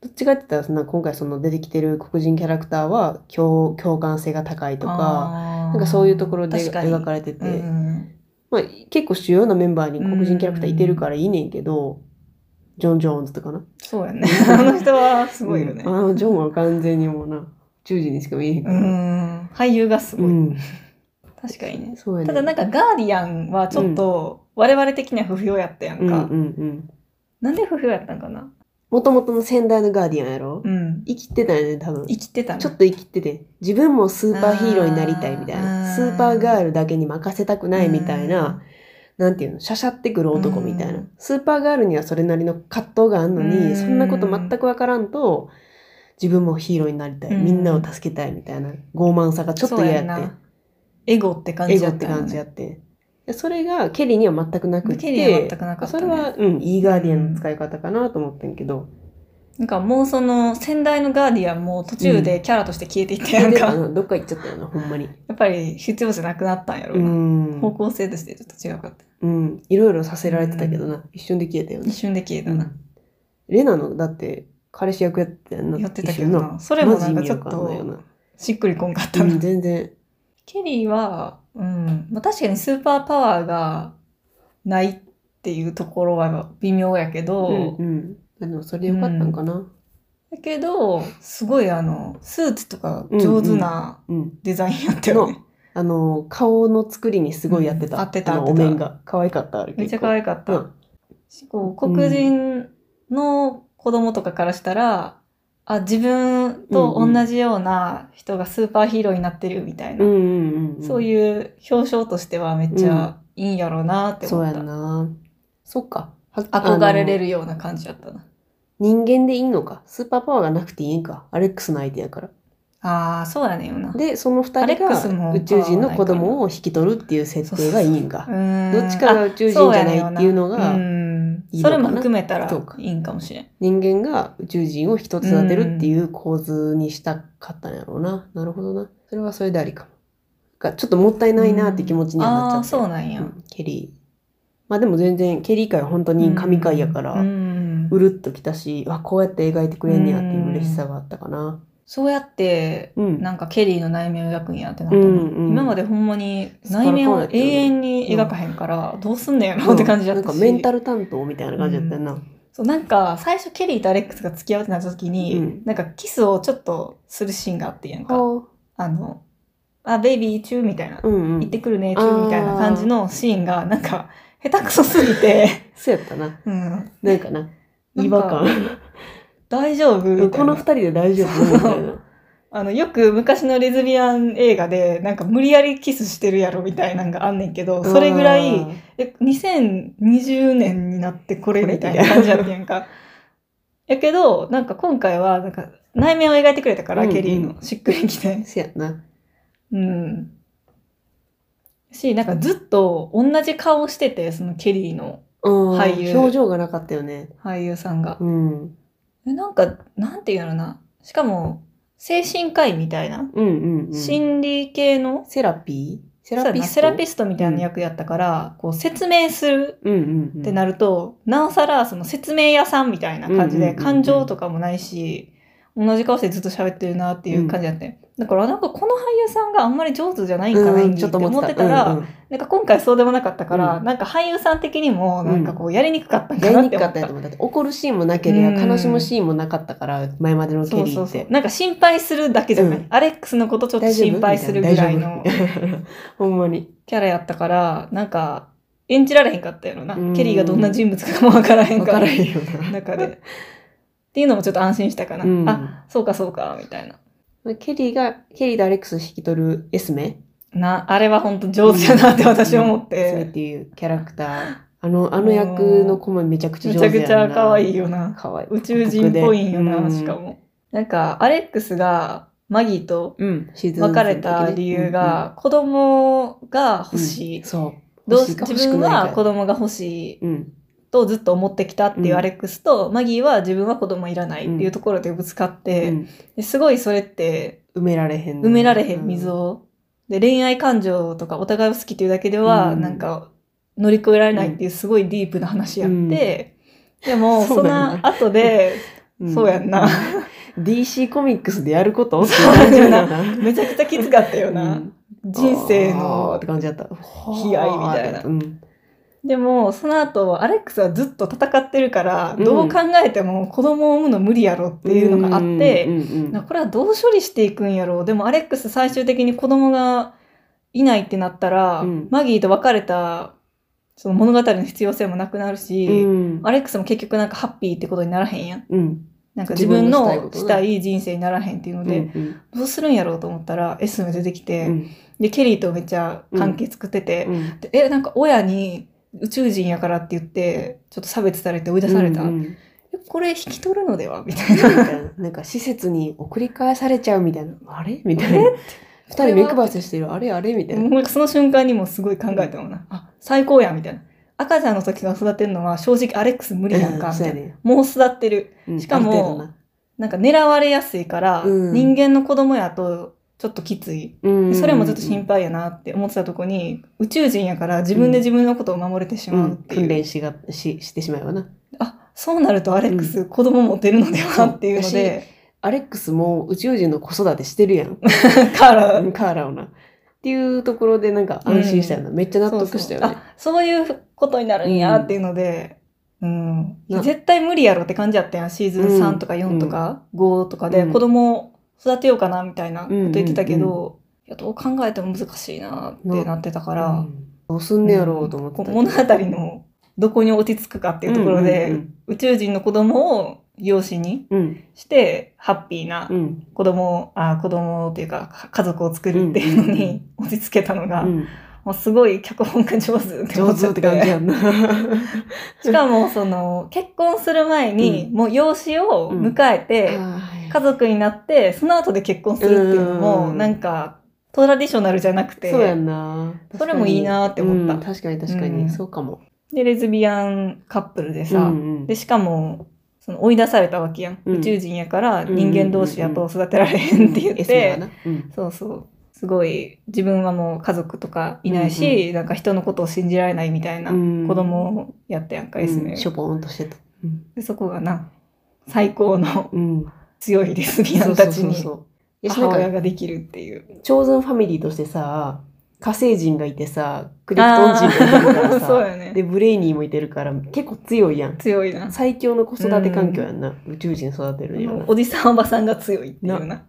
[SPEAKER 1] どっちかって言ったらそんな今回その出てきてる黒人キャラクターは共共感性が高いとか。
[SPEAKER 2] あー
[SPEAKER 1] なんかそういうところで
[SPEAKER 2] 確かに
[SPEAKER 1] 描かれてて、
[SPEAKER 2] うん
[SPEAKER 1] まあ、結構主要なメンバーに黒人キャラクターいてるからいいねんけど、ジョン・ジョーンズとかな。
[SPEAKER 2] そうやね。あの人はすごいよね
[SPEAKER 1] う。んあのジョンは完全にもうな、10時にしか見えへんか
[SPEAKER 2] う
[SPEAKER 1] ら。
[SPEAKER 2] ん。俳優がすご
[SPEAKER 1] う
[SPEAKER 2] い。
[SPEAKER 1] ん
[SPEAKER 2] 確かにね。
[SPEAKER 1] そうやね。
[SPEAKER 2] ただなんかガーディアンはちょっと我々的には不評やったや
[SPEAKER 1] うんんう
[SPEAKER 2] か。
[SPEAKER 1] んうん。
[SPEAKER 2] なんで不評やったんかな
[SPEAKER 1] もともとの先代のガーディアンやろ、
[SPEAKER 2] うん。
[SPEAKER 1] 生きてたよね、多分。
[SPEAKER 2] 生きてたね
[SPEAKER 1] ちょっと生きてて、自分もスーパーヒーローになりたいみたい
[SPEAKER 2] あ
[SPEAKER 1] な、
[SPEAKER 2] ー
[SPEAKER 1] スーパーガールだけに任せたくないみたいな、なんていうの、しゃしゃってくる男みたいな。
[SPEAKER 2] うん
[SPEAKER 1] スーパーガールにはそれなりの葛藤があるのに、
[SPEAKER 2] うん
[SPEAKER 1] そんなこと全くわからんと、自分もヒーローになりたい、
[SPEAKER 2] うん
[SPEAKER 1] みんなを助けたいみたいな、傲慢さがちょっと嫌
[SPEAKER 2] そう
[SPEAKER 1] やっ
[SPEAKER 2] や
[SPEAKER 1] て
[SPEAKER 2] ん、なエゴって感
[SPEAKER 1] エ
[SPEAKER 2] じ
[SPEAKER 1] ゴ
[SPEAKER 2] や
[SPEAKER 1] っ
[SPEAKER 2] ってたよね
[SPEAKER 1] 感じやって。でそれがケリーには全くなくって、
[SPEAKER 2] ケリーは全くなかった
[SPEAKER 1] そ
[SPEAKER 2] ね
[SPEAKER 1] れは、うん、いいガーディアンの使い方かなと思ってんけど、
[SPEAKER 2] なんかもうその先代のガーディアンも途中でキャラとして消えていったやん
[SPEAKER 1] で
[SPEAKER 2] か、
[SPEAKER 1] あ
[SPEAKER 2] や
[SPEAKER 1] のどっか行っちゃったよな、ほんまに。
[SPEAKER 2] っぱり必要じゃなくなったんやろ
[SPEAKER 1] う
[SPEAKER 2] うな、
[SPEAKER 1] ん。
[SPEAKER 2] 方向性としてちょっと違うかった
[SPEAKER 1] うん、いろいろさせられてたけどな、一瞬で消えたよ
[SPEAKER 2] 一
[SPEAKER 1] ね。
[SPEAKER 2] 瞬で消えたな、
[SPEAKER 1] レナの、だって、彼氏役やってたやんな。
[SPEAKER 2] やってたけど
[SPEAKER 1] 一瞬
[SPEAKER 2] なそれもなん
[SPEAKER 1] マ
[SPEAKER 2] か
[SPEAKER 1] ジ
[SPEAKER 2] ち
[SPEAKER 1] 意
[SPEAKER 2] ょ
[SPEAKER 1] 味
[SPEAKER 2] っ
[SPEAKER 1] わかんないよ
[SPEAKER 2] と
[SPEAKER 1] な。
[SPEAKER 2] しっくりこんかった
[SPEAKER 1] う
[SPEAKER 2] な、
[SPEAKER 1] ん、全然。
[SPEAKER 2] ケリーは、うんまあ、確かにスーパーパワーがないっていうところは微妙やけど、
[SPEAKER 1] うん、うん。でも、それでよかったんかな。
[SPEAKER 2] だけどすごいあのスーツとか上手な
[SPEAKER 1] うん。
[SPEAKER 2] デザインやったよね、
[SPEAKER 1] のあの、顔の作りにすごいやってた。
[SPEAKER 2] うん合ってた
[SPEAKER 1] あの
[SPEAKER 2] 合っ
[SPEAKER 1] お
[SPEAKER 2] てた
[SPEAKER 1] 面が。可愛かった、あれ。
[SPEAKER 2] めっちゃ可愛かった、
[SPEAKER 1] うん
[SPEAKER 2] こう黒人の子供とかからしたら、あ自分と同じような人がスーパーヒーローになってるみたいな、
[SPEAKER 1] うんうんうんうん。
[SPEAKER 2] そういう表彰としてはめっちゃいいんやろうなって
[SPEAKER 1] そう
[SPEAKER 2] 思
[SPEAKER 1] や
[SPEAKER 2] った、
[SPEAKER 1] な。そっか。
[SPEAKER 2] 憧れれ
[SPEAKER 1] る。
[SPEAKER 2] るような感じだったな
[SPEAKER 1] 人間でいいのか。スーパーパワーがなくていいんか。アレックスの相手やから。
[SPEAKER 2] ああーそうやねんよな
[SPEAKER 1] で、その二
[SPEAKER 2] アレ
[SPEAKER 1] 人
[SPEAKER 2] ックスも
[SPEAKER 1] が宇宙人の子供を引き取るっていう設定がいいんか。ど
[SPEAKER 2] ど
[SPEAKER 1] っちかが宇宙人じゃないっていうのが、いいの
[SPEAKER 2] そ
[SPEAKER 1] かな
[SPEAKER 2] れも含めたら
[SPEAKER 1] そうか
[SPEAKER 2] いいんかもしれん
[SPEAKER 1] 人間が宇宙人を一つ育てるっていう構図にしたかったんやろうな。なるほどな。それはそれでありかも。がちょっともったいないなって気持ちにはなっちゃっ
[SPEAKER 2] ああー
[SPEAKER 1] て。
[SPEAKER 2] そうなんや、
[SPEAKER 1] うんケリー。まあでも全然、ケリー界は本当に神回やから、
[SPEAKER 2] うん
[SPEAKER 1] うるっときたし、あ、こうやって描いてくれんねやっていう嬉しさがあったかな。
[SPEAKER 2] そうやって、
[SPEAKER 1] うん。
[SPEAKER 2] なんかケリーの内面を描くんやってなった
[SPEAKER 1] う
[SPEAKER 2] の、
[SPEAKER 1] んうん
[SPEAKER 2] 今までほんまに内面を永遠に描かへんから、どうすんねやろって感じだったし、
[SPEAKER 1] なんかメンタル担当みたいな感じだったよな。
[SPEAKER 2] そうなんか最初ケリーとアレックスが付き合うってなった時に、
[SPEAKER 1] うん
[SPEAKER 2] なんかキスをちょっとするシーンがあってやんか、
[SPEAKER 1] あ
[SPEAKER 2] あの「あベイビーチュー」みたいな「
[SPEAKER 1] うんうん。
[SPEAKER 2] 行ってくるねチュー」みたいな感じのシーンがなんか下手くそすぎ て、
[SPEAKER 1] そうやったな。
[SPEAKER 2] うん、
[SPEAKER 1] なんかな。違和感。
[SPEAKER 2] 大丈夫みた い
[SPEAKER 1] こ
[SPEAKER 2] な
[SPEAKER 1] の二人で大丈夫みたいな。
[SPEAKER 2] あのよく昔のレズビアン映画でなんか無理やりキスしてるやろみたいなんがあんねんけどそれぐらいえ2020年になってこれ
[SPEAKER 1] これ
[SPEAKER 2] みたいな感じやってんか。やけど、なんか今回は、なんか内面を描いてくれたから、
[SPEAKER 1] うんうん
[SPEAKER 2] ケリーのしっくりきて。
[SPEAKER 1] そうやな。
[SPEAKER 2] うん。し、なんかずっと同じ顔してて、そのケリーの
[SPEAKER 1] うん
[SPEAKER 2] 俳優
[SPEAKER 1] 表情がなかったよね。
[SPEAKER 2] 俳優さんが。
[SPEAKER 1] うん。うん
[SPEAKER 2] えなんか、なんていうのな。しかも、精神科医みたいな、
[SPEAKER 1] うんうん。
[SPEAKER 2] 心理系の
[SPEAKER 1] セラピーセ
[SPEAKER 2] セラ
[SPEAKER 1] ス
[SPEAKER 2] ピ
[SPEAKER 1] ト
[SPEAKER 2] セラピストみたいな役やったから、こう説明する
[SPEAKER 1] うんうんうん。
[SPEAKER 2] ってなると、なおさらその説明屋さんみたいな感じ
[SPEAKER 1] うんうんう
[SPEAKER 2] で
[SPEAKER 1] んうん
[SPEAKER 2] 感情とかもないし、同じ顔してずっと喋ってるなっていう感じだったよ、だからなんかこの俳優さんがあんまり上手じゃないんかな
[SPEAKER 1] う
[SPEAKER 2] 演
[SPEAKER 1] ん
[SPEAKER 2] 技って思ってた
[SPEAKER 1] うんう
[SPEAKER 2] ら
[SPEAKER 1] ん
[SPEAKER 2] なんか今回そうでもなかったから、
[SPEAKER 1] う
[SPEAKER 2] なんか俳優さん的にもなんかこうやりにくかったん
[SPEAKER 1] や
[SPEAKER 2] か
[SPEAKER 1] り
[SPEAKER 2] な
[SPEAKER 1] に
[SPEAKER 2] っ
[SPEAKER 1] く
[SPEAKER 2] て
[SPEAKER 1] か
[SPEAKER 2] 思
[SPEAKER 1] っ
[SPEAKER 2] った
[SPEAKER 1] よ
[SPEAKER 2] た
[SPEAKER 1] と。思った。怒るシーンもなけりゃ、
[SPEAKER 2] うん
[SPEAKER 1] 悲しむシーンもなかったから、前までの
[SPEAKER 2] そ
[SPEAKER 1] ケ
[SPEAKER 2] う
[SPEAKER 1] リー
[SPEAKER 2] そう
[SPEAKER 1] っ
[SPEAKER 2] そう
[SPEAKER 1] て。
[SPEAKER 2] なんか心配するだけじゃない、
[SPEAKER 1] うん
[SPEAKER 2] アレックスのことちょっと
[SPEAKER 1] 大丈夫
[SPEAKER 2] 心配するぐらいの
[SPEAKER 1] みたいなほんまに。
[SPEAKER 2] キャラやったからなんか演じられへんかったやろな、
[SPEAKER 1] うん
[SPEAKER 2] ケリーがどんな人物かもわからへん
[SPEAKER 1] わ
[SPEAKER 2] か
[SPEAKER 1] かららへんよな。
[SPEAKER 2] 中でっていうのもちょっと安心したかな、
[SPEAKER 1] うん
[SPEAKER 2] あそうかそうかみたいな
[SPEAKER 1] ケリーが、ケリーとアレックスを引き取るエスメ。
[SPEAKER 2] なあれは本当上手やなって私は思っ、
[SPEAKER 1] エスメってていうキャラクター。あの、あの役の子もめちゃくちゃ
[SPEAKER 2] め
[SPEAKER 1] 上
[SPEAKER 2] ち
[SPEAKER 1] 手
[SPEAKER 2] ゃ
[SPEAKER 1] やんな
[SPEAKER 2] くちゃ可愛いよな
[SPEAKER 1] 可愛い。
[SPEAKER 2] 宇宙人っぽいんよな、
[SPEAKER 1] うん
[SPEAKER 2] しかもなんかアレックスがマギーと
[SPEAKER 1] うん。シーズン
[SPEAKER 2] 別れた理由が、子供が欲しい、
[SPEAKER 1] うんうんそう。
[SPEAKER 2] どう
[SPEAKER 1] 欲
[SPEAKER 2] し
[SPEAKER 1] しいか
[SPEAKER 2] 自
[SPEAKER 1] 欲しく
[SPEAKER 2] 分
[SPEAKER 1] ないか
[SPEAKER 2] は子供が欲しい
[SPEAKER 1] うん。
[SPEAKER 2] とずっと思ってきたっていううんアレックスと、マギーは自分は子供いらないっていうところでぶつかっ
[SPEAKER 1] う
[SPEAKER 2] て、
[SPEAKER 1] ん
[SPEAKER 2] ですごいそれって
[SPEAKER 1] 埋められへん。
[SPEAKER 2] 埋められへん水。を、で恋愛感情とかお互いを好きっていうだけでは、
[SPEAKER 1] うん
[SPEAKER 2] なんか乗り越えられないっていうすごいディープな話やって、
[SPEAKER 1] うん
[SPEAKER 2] でも
[SPEAKER 1] そ
[SPEAKER 2] そう
[SPEAKER 1] なんや
[SPEAKER 2] の後で
[SPEAKER 1] ん
[SPEAKER 2] そうやんな。
[SPEAKER 1] DC コミックスでやることっていう感じやな。
[SPEAKER 2] めちゃくちゃきつかったよな、
[SPEAKER 1] うん
[SPEAKER 2] 人生
[SPEAKER 1] あー
[SPEAKER 2] の
[SPEAKER 1] って感じだった。
[SPEAKER 2] 悲哀みたいな
[SPEAKER 1] うん。
[SPEAKER 2] でもその後アレックスはずっと戦ってるから、
[SPEAKER 1] うん
[SPEAKER 2] どう考えても子供を産むの無理やろっていうのがあって、
[SPEAKER 1] うんうんうん
[SPEAKER 2] なんかこれはどう処理していくんやろうでもアレックス最終的に子供がいないってなったら、
[SPEAKER 1] うん
[SPEAKER 2] マギーと別れたその物語の必要性もなくなるし、
[SPEAKER 1] うん
[SPEAKER 2] アレックスも結局なんかハッピーってことにならへんやん
[SPEAKER 1] うん
[SPEAKER 2] なんか自分
[SPEAKER 1] 自分のしたいこ
[SPEAKER 2] の
[SPEAKER 1] とね
[SPEAKER 2] したい人生にならへんっていうの
[SPEAKER 1] うんう
[SPEAKER 2] で、
[SPEAKER 1] ん
[SPEAKER 2] どうするんやろうと思ったらエスが出てきて、
[SPEAKER 1] うん
[SPEAKER 2] でケリーとめっちゃ関係作ってて、
[SPEAKER 1] うん
[SPEAKER 2] でえなんか親に宇宙人やからって言ってちょっと差別されて追い出された、
[SPEAKER 1] うんうん
[SPEAKER 2] えこれ引き取るのではみたい
[SPEAKER 1] み
[SPEAKER 2] な
[SPEAKER 1] たいななんか施設に送り返されちゃうみたいな。あれみたいな。二人目配せしてる。あれあれみたいな。
[SPEAKER 2] もうその瞬間にもすごい考えたもんな。あ、最高やんみたいな。赤ちゃんの時から育てるのは正直アレックス無理やんか
[SPEAKER 1] う
[SPEAKER 2] み
[SPEAKER 1] そう
[SPEAKER 2] た
[SPEAKER 1] や
[SPEAKER 2] いな。
[SPEAKER 1] ね。
[SPEAKER 2] もう育ってる。
[SPEAKER 1] うん
[SPEAKER 2] しかも
[SPEAKER 1] ある程度な
[SPEAKER 2] なんか狙われやすいから、
[SPEAKER 1] うん
[SPEAKER 2] 人間の子供やとちょっときつい。
[SPEAKER 1] うんうんうん
[SPEAKER 2] それもずっと心配やなって思ってたとこに、宇宙人やから自分で自分のことを守れてしまうっていう。
[SPEAKER 1] 訓練しがししてしまうよな。
[SPEAKER 2] あ、そうなるとアレックス子供持てるのではっていうので、
[SPEAKER 1] アレックスも宇宙人の子育てしてるやん。
[SPEAKER 2] カーラ
[SPEAKER 1] うん カーラをな。っていうところでなんか安心したよな。めっちゃ納得したよ
[SPEAKER 2] そ
[SPEAKER 1] ね
[SPEAKER 2] うそう。あそういうことになるんやっていうので、うん
[SPEAKER 1] な
[SPEAKER 2] 絶対無理やろって感じやったやんシーズン
[SPEAKER 1] うん
[SPEAKER 2] 3とか4とか5とかで
[SPEAKER 1] うん
[SPEAKER 2] 子供を育てようかなみたいなこと言ってたけ
[SPEAKER 1] うん
[SPEAKER 2] ど、いやどう考えても難しいなってなってたか
[SPEAKER 1] う
[SPEAKER 2] ら、
[SPEAKER 1] んどうすんねやろうと思って
[SPEAKER 2] こ
[SPEAKER 1] た
[SPEAKER 2] う
[SPEAKER 1] けど。
[SPEAKER 2] 物語のどこに落ち着くかっていうところで、
[SPEAKER 1] うん
[SPEAKER 2] 宇宙人の子供を養子に
[SPEAKER 1] うん
[SPEAKER 2] してハッピーな
[SPEAKER 1] うんうん
[SPEAKER 2] 子供を、あ子供っていうかか家族を作るっていうのに落ち着けたのが、
[SPEAKER 1] うん
[SPEAKER 2] もうすごい脚本が上手って
[SPEAKER 1] 上
[SPEAKER 2] 思っち
[SPEAKER 1] 手
[SPEAKER 2] ゃ
[SPEAKER 1] っ
[SPEAKER 2] ってて
[SPEAKER 1] 感じやん な。
[SPEAKER 2] しかも、その、結婚する前に、
[SPEAKER 1] う
[SPEAKER 2] もう養子を迎えて、家族になって、その後で結婚するっていうのも、
[SPEAKER 1] うん
[SPEAKER 2] なんか、トラディショナルじゃなくて、
[SPEAKER 1] そうやんな。
[SPEAKER 2] それもいいなって思った
[SPEAKER 1] うん確かに確か
[SPEAKER 2] う
[SPEAKER 1] に。
[SPEAKER 2] ん
[SPEAKER 1] そうかも。
[SPEAKER 2] で、レズビアンカップルでさ、
[SPEAKER 1] うんうん
[SPEAKER 2] で、しかも、その追い出されたわけやん。
[SPEAKER 1] うん
[SPEAKER 2] 宇宙人やから、
[SPEAKER 1] うん
[SPEAKER 2] 人間同士やと育てられへんって言っ
[SPEAKER 1] エスメは
[SPEAKER 2] て、
[SPEAKER 1] なうん
[SPEAKER 2] そうそう。すごい、自分はもう家族とかいないし、なんか人のことを信じられないみたいな
[SPEAKER 1] うん
[SPEAKER 2] 子供やったやんか、エスメ
[SPEAKER 1] うんしょぼーんとしてた。うん
[SPEAKER 2] でそこがな、最高の
[SPEAKER 1] うん
[SPEAKER 2] 強いレスビア
[SPEAKER 1] そう
[SPEAKER 2] ン
[SPEAKER 1] そ
[SPEAKER 2] た
[SPEAKER 1] う
[SPEAKER 2] ち
[SPEAKER 1] そう
[SPEAKER 2] に
[SPEAKER 1] そう。いやしな
[SPEAKER 2] 母
[SPEAKER 1] ん
[SPEAKER 2] 親
[SPEAKER 1] か、
[SPEAKER 2] ができるっていう。
[SPEAKER 1] 超ズンファミリーとしてさ、火星人がいてさ、クリプトン人もいるから
[SPEAKER 2] あーそう
[SPEAKER 1] さ、
[SPEAKER 2] よね。
[SPEAKER 1] で、ブレイニーもいてるから、結構強いやん。
[SPEAKER 2] 強いな。
[SPEAKER 1] 最強の子育て環境やんな。宇宙人育てるにはな。
[SPEAKER 2] おじさんおばさんが強いっていうな。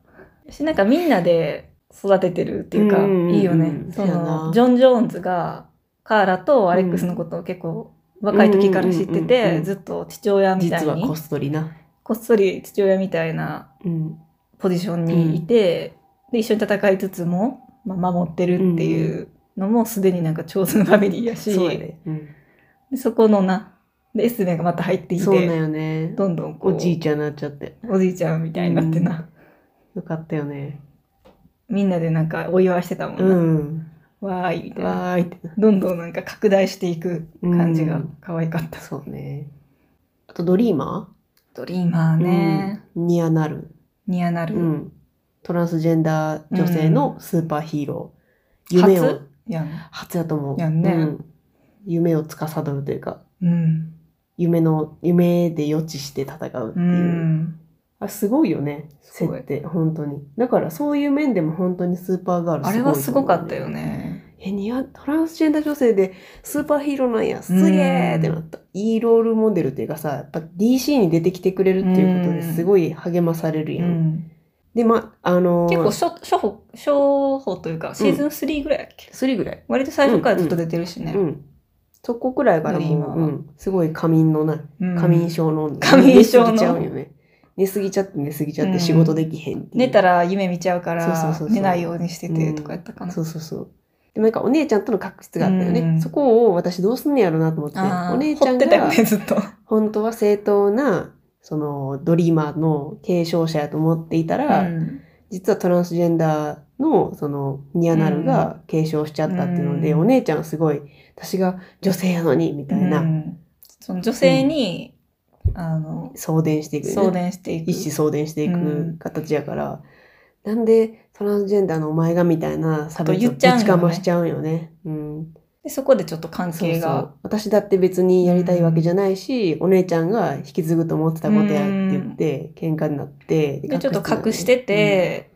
[SPEAKER 2] しなんかみんなで育ててるっていうか、
[SPEAKER 1] うんうんうん
[SPEAKER 2] いいよね。
[SPEAKER 1] そ
[SPEAKER 2] そう
[SPEAKER 1] やな
[SPEAKER 2] のジョン・ジョーンズがカーラとアレックスのことを結構若い時から知って
[SPEAKER 1] うんうんうんう
[SPEAKER 2] て
[SPEAKER 1] ん
[SPEAKER 2] ずっと父親みたい
[SPEAKER 1] 実はこ
[SPEAKER 2] に
[SPEAKER 1] っそりな。
[SPEAKER 2] こっそり父親みたいな
[SPEAKER 1] うん。
[SPEAKER 2] ポジションにいて、で一緒に戦いつつも、まあ、守ってるっていうのもすでになんか超ズンファミリーやし
[SPEAKER 1] そうやね。うん
[SPEAKER 2] でそこのなでエスメがまた入ってい
[SPEAKER 1] そうだ
[SPEAKER 2] て
[SPEAKER 1] よね。
[SPEAKER 2] どんどんこう
[SPEAKER 1] おじいちゃんになっちゃって。
[SPEAKER 2] おじいちゃんみたいになってな。
[SPEAKER 1] よかったよ ね。
[SPEAKER 2] みんなでなんかお祝いしてたもんな、
[SPEAKER 1] うん。
[SPEAKER 2] わーいみたいな
[SPEAKER 1] わーいって。
[SPEAKER 2] どんどんなんか拡大していく感じ
[SPEAKER 1] う
[SPEAKER 2] が
[SPEAKER 1] ん
[SPEAKER 2] 可愛かった、
[SPEAKER 1] そうね。あと、ドリーマ
[SPEAKER 2] ドリーマ
[SPEAKER 1] ー
[SPEAKER 2] ーね、
[SPEAKER 1] うんニアナル。
[SPEAKER 2] ニアなる、
[SPEAKER 1] うん、トランスジェンダー女性のスーパーヒーロー、
[SPEAKER 2] 初
[SPEAKER 1] 夢を
[SPEAKER 2] やん
[SPEAKER 1] 初やと思う、
[SPEAKER 2] やんね
[SPEAKER 1] うん、夢を司るというか
[SPEAKER 2] うん
[SPEAKER 1] 夢の夢で予知して戦うって
[SPEAKER 2] う
[SPEAKER 1] いう、
[SPEAKER 2] ん
[SPEAKER 1] あすごいよね
[SPEAKER 2] すごい
[SPEAKER 1] 設定本当にだからそういう面でも本当にスーパーガール
[SPEAKER 2] あれはすご
[SPEAKER 1] と
[SPEAKER 2] か
[SPEAKER 1] 思う
[SPEAKER 2] ったよね
[SPEAKER 1] えニアトランスジェンダー女性でスーパーヒーローなんやすげえってなった、いいロールモデルっていうかさやっぱ DC に出てきてくれるっていうことで
[SPEAKER 2] うん
[SPEAKER 1] すごい励まされる
[SPEAKER 2] う
[SPEAKER 1] やん、
[SPEAKER 2] ん
[SPEAKER 1] でまあのー、
[SPEAKER 2] 結構初初歩初歩というかシーズン3ぐらいやっけ、
[SPEAKER 1] 3ぐらい
[SPEAKER 2] 割と最初からずっと出てるしね、
[SPEAKER 1] うん。そこくらいから
[SPEAKER 2] ドリー
[SPEAKER 1] も
[SPEAKER 2] マーは
[SPEAKER 1] う、うん、すごい仮眠のな、
[SPEAKER 2] うん
[SPEAKER 1] 仮眠症の、
[SPEAKER 2] 仮眠症
[SPEAKER 1] 寝
[SPEAKER 2] の
[SPEAKER 1] すぎちゃうんよね。寝すぎちゃって寝すぎちゃっ
[SPEAKER 2] う
[SPEAKER 1] て
[SPEAKER 2] ん
[SPEAKER 1] 仕事できへんっていう
[SPEAKER 2] 寝たら夢見ちゃうから
[SPEAKER 1] そうそうそうそう
[SPEAKER 2] 寝ないようにしててとかやったかな、
[SPEAKER 1] そうそうそう。でもなんかお姉ちゃんとの確執があったよね。
[SPEAKER 2] うん
[SPEAKER 1] そこを私どうすんねやろなと思って、
[SPEAKER 2] あー
[SPEAKER 1] お姉ちゃ
[SPEAKER 2] 掘
[SPEAKER 1] ん
[SPEAKER 2] ってたよ
[SPEAKER 1] が
[SPEAKER 2] ねずっと
[SPEAKER 1] 本当は正当な、そのドリーマーの継承者やと思っていたら、
[SPEAKER 2] うん
[SPEAKER 1] 実はトランスジェンダーのそのニアナルが継承しちゃったっていうので、
[SPEAKER 2] うん
[SPEAKER 1] お姉ちゃんすごい私が女性やのにみたいな、
[SPEAKER 2] うんその女性に、あの
[SPEAKER 1] 送電していくよね
[SPEAKER 2] 送電していく
[SPEAKER 1] 一子相伝していうく
[SPEAKER 2] ん
[SPEAKER 1] 形やから、なんでトランスジェンダーのお前がみたいな差別
[SPEAKER 2] と
[SPEAKER 1] を
[SPEAKER 2] 言
[SPEAKER 1] ぶ
[SPEAKER 2] っちゃうん
[SPEAKER 1] ち
[SPEAKER 2] よね
[SPEAKER 1] かましちゃうんよね。うん、
[SPEAKER 2] でそこでちょっと関
[SPEAKER 1] そう
[SPEAKER 2] 係
[SPEAKER 1] そ
[SPEAKER 2] が
[SPEAKER 1] う私だって別にやりたいわけじゃないし、お姉ちゃんが引き継ぐと思ってたことやって言って、喧嘩になって
[SPEAKER 2] でちょっと隠して、て、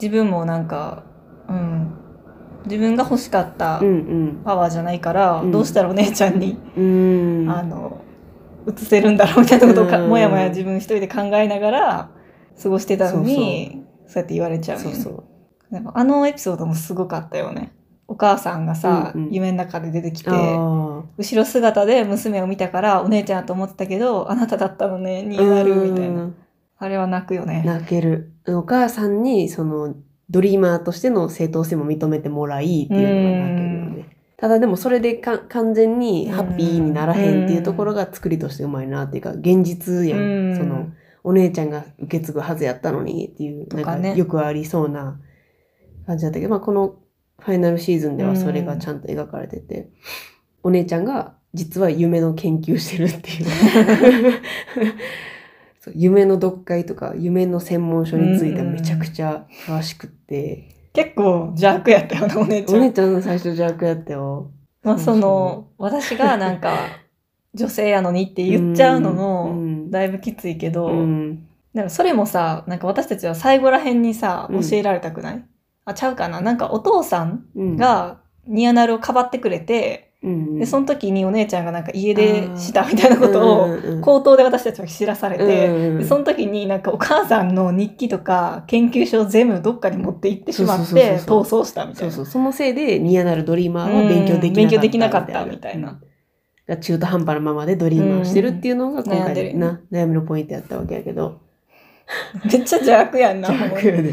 [SPEAKER 2] 自分もなんか、うん、自分が欲しかった
[SPEAKER 1] うん、うん
[SPEAKER 2] パワーじゃないから、
[SPEAKER 1] うん
[SPEAKER 2] どうしたらお姉ちゃんに、
[SPEAKER 1] うんうん
[SPEAKER 2] あの移せるんだろうみたいなことをか、
[SPEAKER 1] うん
[SPEAKER 2] もやもや自分一人で考えながら過ごしてたのにそうやって言われちゃう,、ね、
[SPEAKER 1] そうそう
[SPEAKER 2] でもあのエピソードもすごかったよね。お母さんがさ、
[SPEAKER 1] うんうん
[SPEAKER 2] 夢の中で出てきて
[SPEAKER 1] あー
[SPEAKER 2] 後ろ姿で娘を見たからお姉ちゃんだと思ってたけどあなただったのねになるみたいな、
[SPEAKER 1] うん
[SPEAKER 2] あれは泣くよね
[SPEAKER 1] 泣けるお母さんにそのドリーマーとしての正当性も認めてもらいっていうのが泣けるよね。ただでもそれでか完全にハッピーにならへんっていうところが作りとしてうまいなっていうか現実やん、
[SPEAKER 2] うん
[SPEAKER 1] そのお姉ちゃんが受け継ぐはずやったのにっていう
[SPEAKER 2] と
[SPEAKER 1] なん
[SPEAKER 2] か
[SPEAKER 1] か
[SPEAKER 2] ね
[SPEAKER 1] よくありそうな感じだったけど、まあ、このファイナルシーズンではそれがちゃんと描かれてて、お姉ちゃんが実は夢の研究してるって いうそう夢の読解とか夢の専門書についてはめちゃくちゃ詳しくって、
[SPEAKER 2] 結構邪悪やったよねお姉ちゃ
[SPEAKER 1] お
[SPEAKER 2] ん、
[SPEAKER 1] 姉ちゃんの最初邪悪やったよ。
[SPEAKER 2] まあ、その私がな んか女性やのにって言っちゃうのも
[SPEAKER 1] ん
[SPEAKER 2] だいぶきついけど、
[SPEAKER 1] うん
[SPEAKER 2] でもそれもさなんか私たちは最後らへんにさ
[SPEAKER 1] うん
[SPEAKER 2] 教えられたくない、あちゃうかななんかお父さん
[SPEAKER 1] うん、
[SPEAKER 2] がニアナルをかばってくれて、
[SPEAKER 1] うん、
[SPEAKER 2] でその時にお姉ちゃんがなんか家
[SPEAKER 1] あー
[SPEAKER 2] 出したみたいなことを
[SPEAKER 1] を
[SPEAKER 2] 口頭で私たちは知らされて、
[SPEAKER 1] うん
[SPEAKER 2] でその時になんかお母さんの日記とか研究所を全部どっかに持って行ってしまっ
[SPEAKER 1] そうそうそう
[SPEAKER 2] て
[SPEAKER 1] そう
[SPEAKER 2] 逃走したみたい
[SPEAKER 1] そう
[SPEAKER 2] な。
[SPEAKER 1] そう、そのせいで、ニアなるドリーマーは勉強できなかった。
[SPEAKER 2] うん勉強できなかったみたいな。
[SPEAKER 1] が中途半端なままでドリーマーをしてるっていうのが、今
[SPEAKER 2] うん悩んで
[SPEAKER 1] 回
[SPEAKER 2] る
[SPEAKER 1] な、悩みのポイントやったわけやけど。
[SPEAKER 2] めっちゃ邪悪やん な。
[SPEAKER 1] 邪悪やで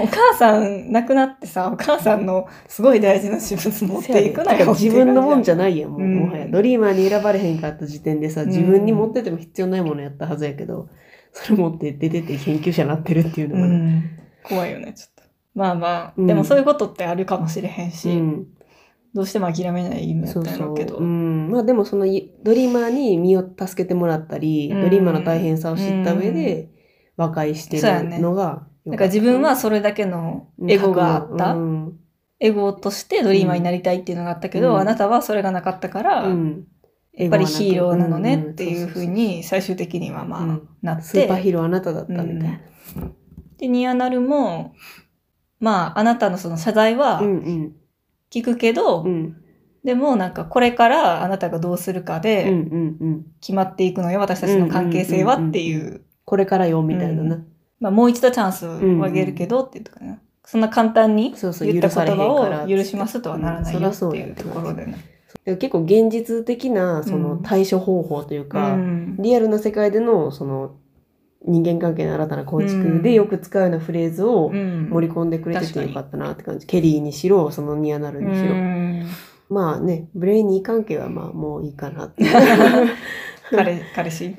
[SPEAKER 2] お母さん亡くなってさ、お母さんのすごい大事な私物持っていく
[SPEAKER 1] せ
[SPEAKER 2] な
[SPEAKER 1] やで
[SPEAKER 2] よ。
[SPEAKER 1] 自分のもんじ
[SPEAKER 2] ゃ。
[SPEAKER 1] ゃないやん、もう、
[SPEAKER 2] うん
[SPEAKER 1] もはや。ドリーマーに選ばれへんかった時点でさ、
[SPEAKER 2] うん
[SPEAKER 1] 自分に持ってても必要ないものやったはずやけど、それ持って出てて研究者になってるっていうの
[SPEAKER 2] う
[SPEAKER 1] がな、
[SPEAKER 2] ん。怖いよね、ちょっと。まあま
[SPEAKER 1] う
[SPEAKER 2] あ、
[SPEAKER 1] ん
[SPEAKER 2] でもそういうことってあるかもしれへんし、
[SPEAKER 1] うん
[SPEAKER 2] どうしても諦めない夢だった
[SPEAKER 1] そ
[SPEAKER 2] ん
[SPEAKER 1] う
[SPEAKER 2] や
[SPEAKER 1] そ
[SPEAKER 2] ろ
[SPEAKER 1] う
[SPEAKER 2] うけど。
[SPEAKER 1] うん、まあでもそのいドリーマーに身を助けてもらったり、
[SPEAKER 2] うん
[SPEAKER 1] ドリーマーの大変さを知った上で和解して
[SPEAKER 2] そうや
[SPEAKER 1] る
[SPEAKER 2] ね
[SPEAKER 1] のが良っ
[SPEAKER 2] だか
[SPEAKER 1] た
[SPEAKER 2] ら自分はそれだけのエゴがあった。
[SPEAKER 1] うん
[SPEAKER 2] エゴとしてドリーマーになりたいっていうのがあったけ
[SPEAKER 1] う
[SPEAKER 2] ど、
[SPEAKER 1] ん
[SPEAKER 2] あなたはそれがなかったから、
[SPEAKER 1] うん
[SPEAKER 2] やっぱりヒーローなのねっていう
[SPEAKER 1] ふ
[SPEAKER 2] ふ
[SPEAKER 1] う
[SPEAKER 2] う
[SPEAKER 1] に
[SPEAKER 2] に最終的にはまあ
[SPEAKER 1] うん
[SPEAKER 2] なって、
[SPEAKER 1] スーパーヒーローあなただったみたいな、
[SPEAKER 2] うんで、ニアナルも、まあ、あなたのその謝罪は
[SPEAKER 1] うんうん
[SPEAKER 2] 聞くけど、
[SPEAKER 1] うん
[SPEAKER 2] でもなんかこれからあなたがどうするか
[SPEAKER 1] うんう
[SPEAKER 2] で
[SPEAKER 1] んうん
[SPEAKER 2] 決まっていくのよ、私たちの関係性はっていう。
[SPEAKER 1] これからよみたいな
[SPEAKER 2] う
[SPEAKER 1] な
[SPEAKER 2] まあ、もう一度チャンスをあげるけどっていうとかね。そんな簡単に
[SPEAKER 1] そうそう
[SPEAKER 2] 言った
[SPEAKER 1] 許されへ
[SPEAKER 2] 言
[SPEAKER 1] んから
[SPEAKER 2] 葉を許しますとはならないよって
[SPEAKER 1] そらそう
[SPEAKER 2] い
[SPEAKER 1] や
[SPEAKER 2] うところでね。
[SPEAKER 1] でも結構現実的なそうの
[SPEAKER 2] ん
[SPEAKER 1] 対処方法という
[SPEAKER 2] う
[SPEAKER 1] か、
[SPEAKER 2] ん。
[SPEAKER 1] リアルな世界でのその人間関係の新たな構築
[SPEAKER 2] う
[SPEAKER 1] で
[SPEAKER 2] ん
[SPEAKER 1] よく使うようなフレーズを
[SPEAKER 2] うん
[SPEAKER 1] 盛り込んでくれて
[SPEAKER 2] 確か
[SPEAKER 1] て
[SPEAKER 2] に
[SPEAKER 1] よかったなって感じ、ケリーにしろそのニアナルにしろ、
[SPEAKER 2] うん
[SPEAKER 1] まあねブレイニー関係はまあもういいかな って
[SPEAKER 2] 彼、彼氏
[SPEAKER 1] うん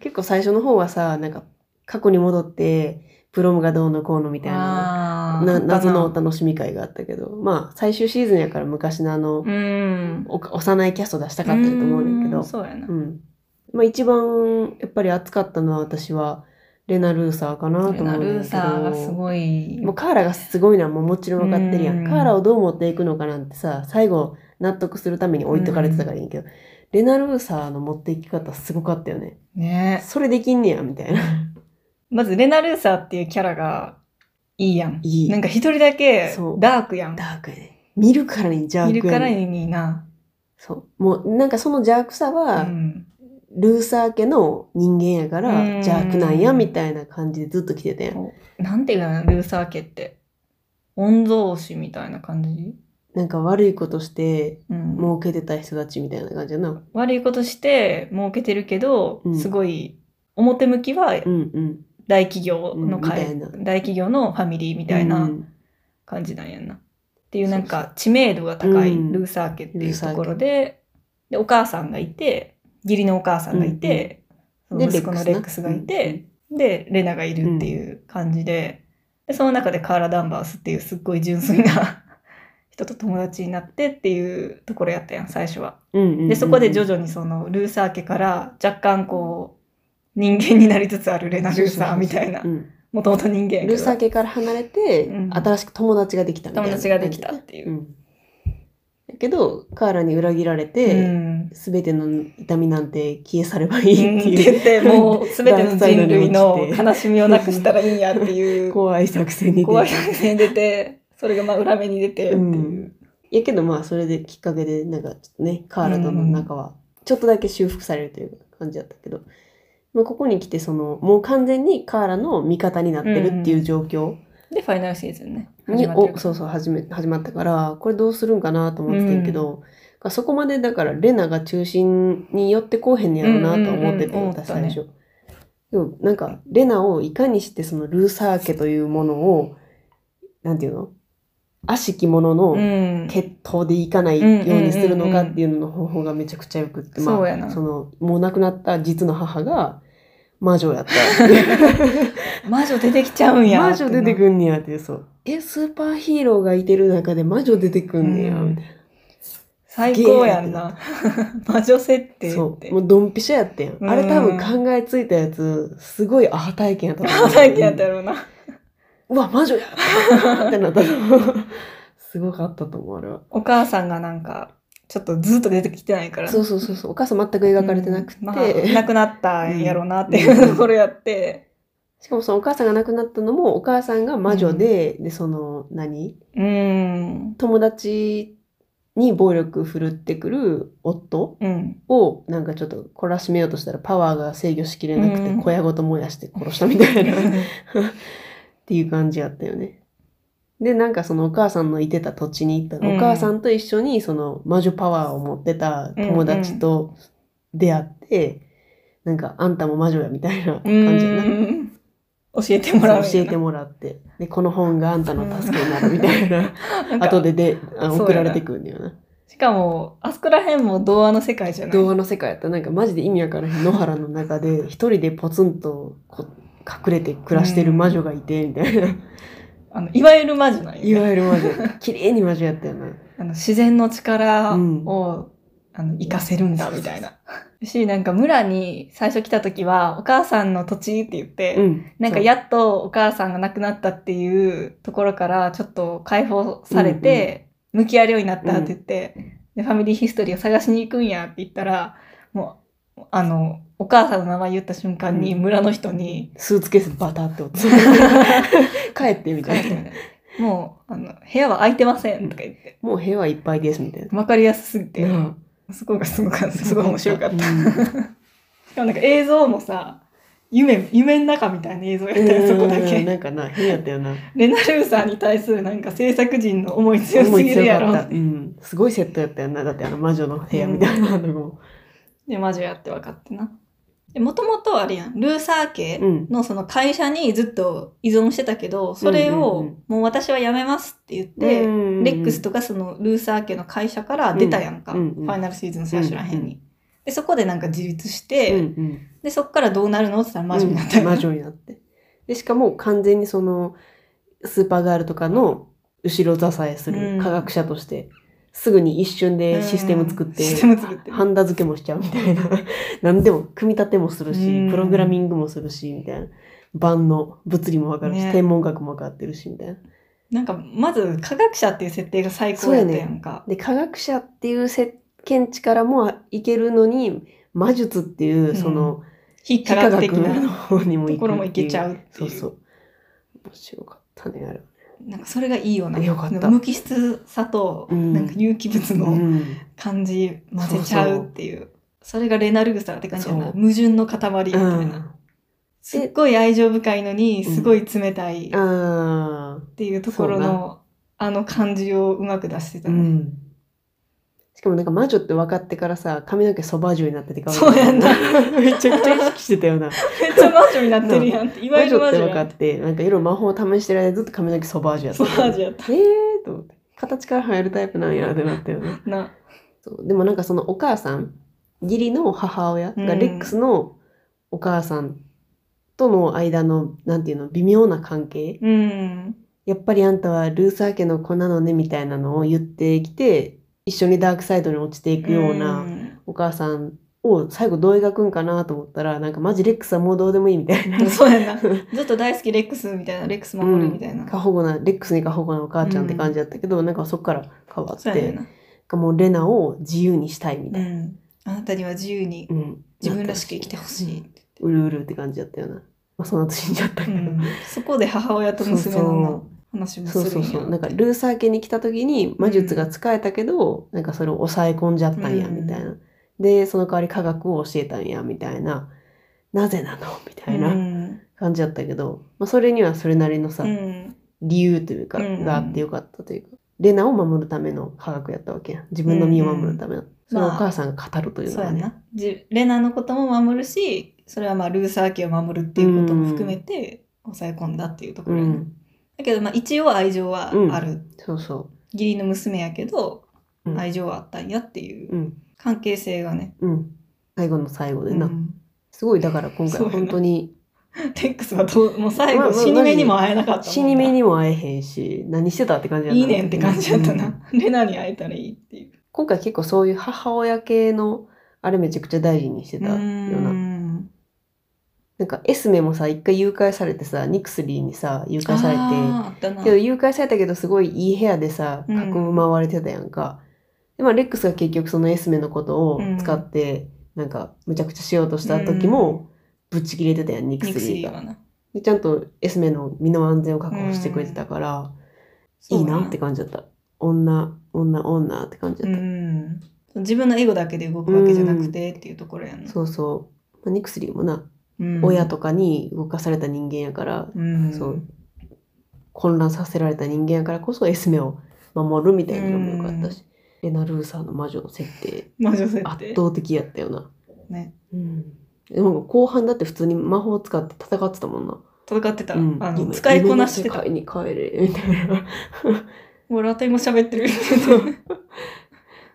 [SPEAKER 1] 結構最初の方はさなんか過去に戻ってプロムがどうのこうのみたいな
[SPEAKER 2] あー
[SPEAKER 1] な謎のお
[SPEAKER 2] あったな
[SPEAKER 1] 楽しみ会があったけどまあ最終シーズンやから昔のあの、
[SPEAKER 2] うん。
[SPEAKER 1] お幼いキャスト出したかったと思うねんだけど
[SPEAKER 2] うそうやな。
[SPEAKER 1] うん。まあ一番やっぱり熱かったのは私はレナ・ルーサーかなと思う
[SPEAKER 2] ルナルーサーがす
[SPEAKER 1] い。
[SPEAKER 2] ごい。
[SPEAKER 1] もうカーラがすごいのはもうもちろん分かってるや。
[SPEAKER 2] うんん
[SPEAKER 1] カーラをどう持っていくのかなんてさ、最後納得するために置いとかれてたからいいんやけど、レナ・ルーサーの持っていき方すごかったよね。
[SPEAKER 2] ね。
[SPEAKER 1] それできんねや、みたいな。
[SPEAKER 2] まず、レナルーサーっていうキャラがいいやん。
[SPEAKER 1] いい
[SPEAKER 2] なんか一人だけ
[SPEAKER 1] そう
[SPEAKER 2] ダークやん
[SPEAKER 1] ダ。ークやね。見るからに邪悪
[SPEAKER 2] 見
[SPEAKER 1] やね
[SPEAKER 2] るからにいいな。
[SPEAKER 1] そう。もうなんかその邪悪さ
[SPEAKER 2] う
[SPEAKER 1] は、
[SPEAKER 2] ん。
[SPEAKER 1] ルーサー家の人間やから
[SPEAKER 2] うん
[SPEAKER 1] 邪悪なんや、みたいな感じでずっと来てたやん。
[SPEAKER 2] なんていうのルーサー家って。御曹司みたいな感じ
[SPEAKER 1] なんか悪いことして
[SPEAKER 2] うん。
[SPEAKER 1] 儲けてた人たちみたいな感じやな。
[SPEAKER 2] 悪いことして儲けてるけど、
[SPEAKER 1] うん
[SPEAKER 2] すごい、表向きは
[SPEAKER 1] うんうん。
[SPEAKER 2] 大企業の会、
[SPEAKER 1] うんみたい
[SPEAKER 2] 大企業のファミリーみたい
[SPEAKER 1] う
[SPEAKER 2] な。
[SPEAKER 1] ん
[SPEAKER 2] 感じなんやんな。っていうなんか知名度が高い
[SPEAKER 1] うん
[SPEAKER 2] ルーサー家って
[SPEAKER 1] ル
[SPEAKER 2] い
[SPEAKER 1] ー
[SPEAKER 2] う
[SPEAKER 1] サー
[SPEAKER 2] と
[SPEAKER 1] 家
[SPEAKER 2] ころで、で、お母さんがいて、義理のお母さんがいて、
[SPEAKER 1] うんうん
[SPEAKER 2] その息子の
[SPEAKER 1] で
[SPEAKER 2] レ
[SPEAKER 1] レッ
[SPEAKER 2] ッ
[SPEAKER 1] ク
[SPEAKER 2] ク
[SPEAKER 1] ス
[SPEAKER 2] ス
[SPEAKER 1] な
[SPEAKER 2] がいて、で、レナがいるっていう感じで、でその中でカーラ・ダンバースっていうすっごい純粋な 人と友達になってっていうところやったやん、最初は。
[SPEAKER 1] うんうん
[SPEAKER 2] で、そこで徐々にそのルーサー家から若干こう、人間になりつつあるレナ・ルーサーみたいな
[SPEAKER 1] う、ん
[SPEAKER 2] もともと人間やけど
[SPEAKER 1] ルーサー家から離れて、
[SPEAKER 2] うん
[SPEAKER 1] 新しく友達ができたみたいな
[SPEAKER 2] 友
[SPEAKER 1] 感じ
[SPEAKER 2] 達
[SPEAKER 1] や
[SPEAKER 2] が
[SPEAKER 1] ね。
[SPEAKER 2] できたっていう
[SPEAKER 1] う。ん。だけど、カーラに裏切られて、
[SPEAKER 2] ん、
[SPEAKER 1] すべての痛みなんて消え去ればいいっていう、
[SPEAKER 2] 絶対もう全ての人類の悲しみをなくしたらいいんやってい う
[SPEAKER 1] 怖い作戦に出て、
[SPEAKER 2] 怖い作戦に出てそれがまあ裏目に出てっていううん
[SPEAKER 1] やけどまあそれできっかけでなんかちょっとねカーラとの仲はちょっとだけ修復されるという感じだったけど、まあ、ここに来てそのもう完全にカーラの味方になってるっていう状況
[SPEAKER 2] でファイナルシーズンね
[SPEAKER 1] に、
[SPEAKER 2] 始まってる
[SPEAKER 1] おそうそう始め始まったからこれどうするんかなと思ってたけど、そこまでだからレナが中心によってこうへんねやろうなとは思ってて、
[SPEAKER 2] うんうんうん
[SPEAKER 1] 私
[SPEAKER 2] 思った
[SPEAKER 1] 最
[SPEAKER 2] ね
[SPEAKER 1] 初。でもなんかレナをいかにしてそのルーサー家というものをなんていうの悪しきものの、
[SPEAKER 2] うん
[SPEAKER 1] 決闘でいかないようにするのかっていうのの方法がめちゃくちゃよくって、
[SPEAKER 2] そうや
[SPEAKER 1] ま
[SPEAKER 2] な
[SPEAKER 1] あ、そのもう亡くなった実の母が魔女やった
[SPEAKER 2] 魔女出てきちゃうんや
[SPEAKER 1] 魔女出て
[SPEAKER 2] る
[SPEAKER 1] くんねやってそうえスーパーヒーローがいてる中で魔女出てくんねや
[SPEAKER 2] うん
[SPEAKER 1] みたいな、
[SPEAKER 2] 最高やんな 魔女設定
[SPEAKER 1] そ
[SPEAKER 2] って
[SPEAKER 1] う もうドンピシャやってん、
[SPEAKER 2] うん
[SPEAKER 1] あれ多分考えついたやつすごいアハ体験やったと思う
[SPEAKER 2] 最近やったやろうな
[SPEAKER 1] うわ魔女や ってなったと思うすごかったと思うあれは
[SPEAKER 2] お母さんがなんかちょっとずっと出てきてないから
[SPEAKER 1] そうそうそうそうお母さん全く描かれてなくて、
[SPEAKER 2] うんまあ亡くなったんやろうなってい
[SPEAKER 1] うん
[SPEAKER 2] うところやって
[SPEAKER 1] しかもそのお母さんが亡くなったのもお母さんが魔女で、でその何
[SPEAKER 2] うん
[SPEAKER 1] 友達に暴力振るってくる夫
[SPEAKER 2] うん
[SPEAKER 1] をなんかちょっと懲らしめようとしたらパワーが制御しきれなくて
[SPEAKER 2] うん
[SPEAKER 1] 小屋ごと燃やして殺したみたいな、 っていう感じやったよね。でなんかそのお母さんのいてた土地に行ったら、
[SPEAKER 2] うん
[SPEAKER 1] お母さんと一緒にその魔女パワーを持ってた友達と出会って、なんかあんたも魔女やみたいな感じやな。
[SPEAKER 2] うん教え てもらう
[SPEAKER 1] そう教えてもらってでこの本があんたの助けになるみたいな
[SPEAKER 2] なんか
[SPEAKER 1] 後でであ
[SPEAKER 2] そうやな
[SPEAKER 1] 送られてくるんだよな
[SPEAKER 2] しかもあそこら辺も童話の世界じゃない
[SPEAKER 1] 童話の世界やったらなんかマジで意味わからへん野原の中で一人でポツンとこ隠れて暮らしてる魔女がいてみたいな、
[SPEAKER 2] あのいわゆる魔女なんよね
[SPEAKER 1] いわゆる魔 女綺麗に魔女やったよな
[SPEAKER 2] あの自然の力
[SPEAKER 1] う
[SPEAKER 2] を、
[SPEAKER 1] ん
[SPEAKER 2] あの活かせるんだみたいな。しなんか村に最初来た時はお母さんの土地って言って、
[SPEAKER 1] うん
[SPEAKER 2] なんかやっとお母さんが亡くなったっていうところからちょっと解放されて、向き合えるようになったって言って、でファミリーヒストリーを探しに行くんやって言ったらもあの、お母さんの名前言った瞬間に、
[SPEAKER 1] う
[SPEAKER 2] 村の人に、
[SPEAKER 1] スーツケースバタって落 とす帰ってみた
[SPEAKER 2] 帰って
[SPEAKER 1] い
[SPEAKER 2] み
[SPEAKER 1] な
[SPEAKER 2] たいな もう、あの、部屋は空いてませんとか言って、
[SPEAKER 1] もう部屋はいっぱいですみたいな
[SPEAKER 2] わかりやすすぎて、
[SPEAKER 1] うん
[SPEAKER 2] そこがすごかった。すごい面白かった。
[SPEAKER 1] うん
[SPEAKER 2] しかもなんか映像もさ、夢、夢の中みたいな映像やったよ、そこだ
[SPEAKER 1] うんな
[SPEAKER 2] け。
[SPEAKER 1] んかな変やったよな
[SPEAKER 2] レナルーさんに対するなんか制作陣の思い強すぎるやろ
[SPEAKER 1] 思い強かったうん、すごいセットやったよなだってあの魔女の部屋みたいなのも、
[SPEAKER 2] で、魔女やって分かってな。で、もともとあれやん、ルーサー家
[SPEAKER 1] うん
[SPEAKER 2] のその会社にずっと依存してたけど、それ
[SPEAKER 1] うんうん
[SPEAKER 2] をもう私は辞めますって言って、
[SPEAKER 1] うん
[SPEAKER 2] レックスとかそのルーサー家の会社から出たやんか、
[SPEAKER 1] うんうん
[SPEAKER 2] ファイナルシーズン最初らへんに。
[SPEAKER 1] うんう
[SPEAKER 2] で、そこでなんか自立し
[SPEAKER 1] うんう
[SPEAKER 2] て、
[SPEAKER 1] ん、
[SPEAKER 2] で、そこからどうなるのって言ったら魔女になった
[SPEAKER 1] うん
[SPEAKER 2] よ
[SPEAKER 1] 魔
[SPEAKER 2] な。
[SPEAKER 1] 女になってでしかも完全にそのスーパーガールとかの後ろ支えす
[SPEAKER 2] うん
[SPEAKER 1] る科学者として、すぐに一瞬でシステム作って、
[SPEAKER 2] うんシステム作って
[SPEAKER 1] ハンダ付けもしちゃうみたいな 何でも組み立てもするし、
[SPEAKER 2] うん
[SPEAKER 1] プログラミングもするしみたいな万能物理も分かるし、
[SPEAKER 2] ね
[SPEAKER 1] 天文学も分かってるしみたいな
[SPEAKER 2] なんか、まず科学者っていう設定が最高やったやんか。
[SPEAKER 1] で科学者っていうせ見地からもいけるのに魔術っていう
[SPEAKER 2] うん
[SPEAKER 1] その
[SPEAKER 2] 非
[SPEAKER 1] 非
[SPEAKER 2] 科
[SPEAKER 1] 科
[SPEAKER 2] 学
[SPEAKER 1] 学
[SPEAKER 2] 的
[SPEAKER 1] の
[SPEAKER 2] な
[SPEAKER 1] 方にも
[SPEAKER 2] と
[SPEAKER 1] 行
[SPEAKER 2] ころもいけちゃ
[SPEAKER 1] う
[SPEAKER 2] うって
[SPEAKER 1] そ
[SPEAKER 2] いうう。
[SPEAKER 1] そう面白かったねあれ
[SPEAKER 2] なんかそれがいいよな。
[SPEAKER 1] よかった
[SPEAKER 2] 無機質さと、
[SPEAKER 1] うん
[SPEAKER 2] なんか有機物の
[SPEAKER 1] ん、
[SPEAKER 2] 感じ混ぜちゃうっていう。それがレナルグサって感じやな。
[SPEAKER 1] そう
[SPEAKER 2] 矛盾の塊みたいな。すっごい愛情深いのに、
[SPEAKER 1] うん
[SPEAKER 2] すごい冷たいっ
[SPEAKER 1] あ
[SPEAKER 2] ていうところ
[SPEAKER 1] そう
[SPEAKER 2] の、あの感じをうまく出して
[SPEAKER 1] ー
[SPEAKER 2] た
[SPEAKER 1] う
[SPEAKER 2] ね。
[SPEAKER 1] んしかもなんか魔女って分かってからさ髪の毛ソバージュになっててか
[SPEAKER 2] そうやんな
[SPEAKER 1] めちゃくちゃ意識してたよな
[SPEAKER 2] めっちゃ魔女になってるやんって。いわ
[SPEAKER 1] 魔
[SPEAKER 2] ゆる
[SPEAKER 1] 女
[SPEAKER 2] 魔
[SPEAKER 1] って
[SPEAKER 2] 女
[SPEAKER 1] 分か
[SPEAKER 2] や
[SPEAKER 1] っ
[SPEAKER 2] ん。
[SPEAKER 1] てなんかいろいろ魔法を試してる間ずっと髪の毛ソバージュやった
[SPEAKER 2] そう魔女やっ
[SPEAKER 1] えーと思って形から入るタイプなんやってなったよね
[SPEAKER 2] た。な。
[SPEAKER 1] そうでもなんかそのお母さん義理の母親が
[SPEAKER 2] うん
[SPEAKER 1] レックスのお母さんとの間のなんていうの微妙な関係
[SPEAKER 2] うん。
[SPEAKER 1] やっぱりあんたはルーサー家の子なのねみたいなのを言ってきて一緒にダークサイドに落ちていくようなんお母さんを最後どう描くんかなと思ったらなんかマジレックスはもうどうでもいいみたいな
[SPEAKER 2] そうやな。ずっと大好きレックスみたいな、レックス守るみたいな。
[SPEAKER 1] 過保護なレックスに過保護なお母ちゃんって感じだったけど、なんかそっから変わっ
[SPEAKER 2] そうやね
[SPEAKER 1] て
[SPEAKER 2] んな。
[SPEAKER 1] もうレナを自由にしたいみた
[SPEAKER 2] う
[SPEAKER 1] いな、
[SPEAKER 2] ん。あなたには自由に
[SPEAKER 1] うん
[SPEAKER 2] 自分らしく生きてほしい。
[SPEAKER 1] うるうるって感じだったよな。まあ、その後死んじゃった
[SPEAKER 2] う
[SPEAKER 1] けど。
[SPEAKER 2] ん、そこで母親と娘の話もす
[SPEAKER 1] そう
[SPEAKER 2] る
[SPEAKER 1] そ
[SPEAKER 2] ん
[SPEAKER 1] う
[SPEAKER 2] や
[SPEAKER 1] そう。なんかルーサー家に来た時に魔術が使えたけど、なんかそれを抑え込んじゃったんや、
[SPEAKER 2] うん
[SPEAKER 1] みたいな。で、その代わり科学を教えたんや、みたいな。なぜなのみたいうなん感じだったけど、まあ、それにはそれなりのさ、
[SPEAKER 2] うん
[SPEAKER 1] 理由というか、
[SPEAKER 2] うん
[SPEAKER 1] があってよかったというか。レナを守るための科学やったわけやん。自分の身を守るための。それをお母さんが語るという
[SPEAKER 2] そ
[SPEAKER 1] の
[SPEAKER 2] うや
[SPEAKER 1] はね。
[SPEAKER 2] なじレナのことも守るしそれはまあルーサー家を守るっていうことも含めて抑え込んだっていうとこ
[SPEAKER 1] う
[SPEAKER 2] ろやな、
[SPEAKER 1] ん。
[SPEAKER 2] だけどまあ一応愛情はある、
[SPEAKER 1] そうそ
[SPEAKER 2] 義理の娘やけど
[SPEAKER 1] うん
[SPEAKER 2] 愛情はあったんやっていう
[SPEAKER 1] う。うん。
[SPEAKER 2] 関係性がね、
[SPEAKER 1] うん。最後の最後でな。
[SPEAKER 2] うん
[SPEAKER 1] すごい、だから今
[SPEAKER 2] そう
[SPEAKER 1] 回
[SPEAKER 2] やな
[SPEAKER 1] 本当に
[SPEAKER 2] テックスはどうもう最
[SPEAKER 1] まあ
[SPEAKER 2] 後
[SPEAKER 1] まあ
[SPEAKER 2] 死に目にも会えなかった
[SPEAKER 1] 死に目
[SPEAKER 2] に
[SPEAKER 1] にも会えへんし、何してたって感じやった
[SPEAKER 2] いいねんって感じやった
[SPEAKER 1] うん
[SPEAKER 2] な、レナに会えたらいいっていう
[SPEAKER 1] 今回結構そういう母親系の、あれめちゃくちゃ大事にしてたような。
[SPEAKER 2] ん
[SPEAKER 1] なんかエスメもさ、一回誘拐されてさ、ニクスリーにさ、誘
[SPEAKER 2] あ
[SPEAKER 1] 拐されて。
[SPEAKER 2] ーあったな
[SPEAKER 1] けど誘拐されたけどすごいいい部屋でさ、
[SPEAKER 2] うん
[SPEAKER 1] 囲む回れてたやんか。で、まあレックスが結局そのエスメのことを使って、なんかむちゃくちゃしようとした時も、ぶっち切れてたやん、ニクス
[SPEAKER 2] ニクス
[SPEAKER 1] リー
[SPEAKER 2] リー
[SPEAKER 1] が。
[SPEAKER 2] はな
[SPEAKER 1] でちゃんとエスメの身の安全を確保してくれてたから、いいなって感じだった。女、女、女って感じだ
[SPEAKER 2] う
[SPEAKER 1] った。
[SPEAKER 2] ん、自分のエゴだけで動くわけじゃなくてっていうところやな、
[SPEAKER 1] そうそう。まあ、ニクスリーもな、
[SPEAKER 2] うん
[SPEAKER 1] 親とかに動かされた人間やから、
[SPEAKER 2] うん、
[SPEAKER 1] そう混乱させられた人間やからこそエスメを守るみたいなのもよかったし、レナルーサーの魔女の設定、
[SPEAKER 2] 魔女設
[SPEAKER 1] 圧
[SPEAKER 2] 定
[SPEAKER 1] 倒的やったよな。
[SPEAKER 2] ね
[SPEAKER 1] うん。でもなんか後半だって普通に魔法を使って戦ってたもんな。
[SPEAKER 2] 戦ってた、
[SPEAKER 1] うん
[SPEAKER 2] あの
[SPEAKER 1] 夢
[SPEAKER 2] 使いこなしてた
[SPEAKER 1] 夢の世界に帰れ、みたいな。
[SPEAKER 2] もうラテン語喋ってる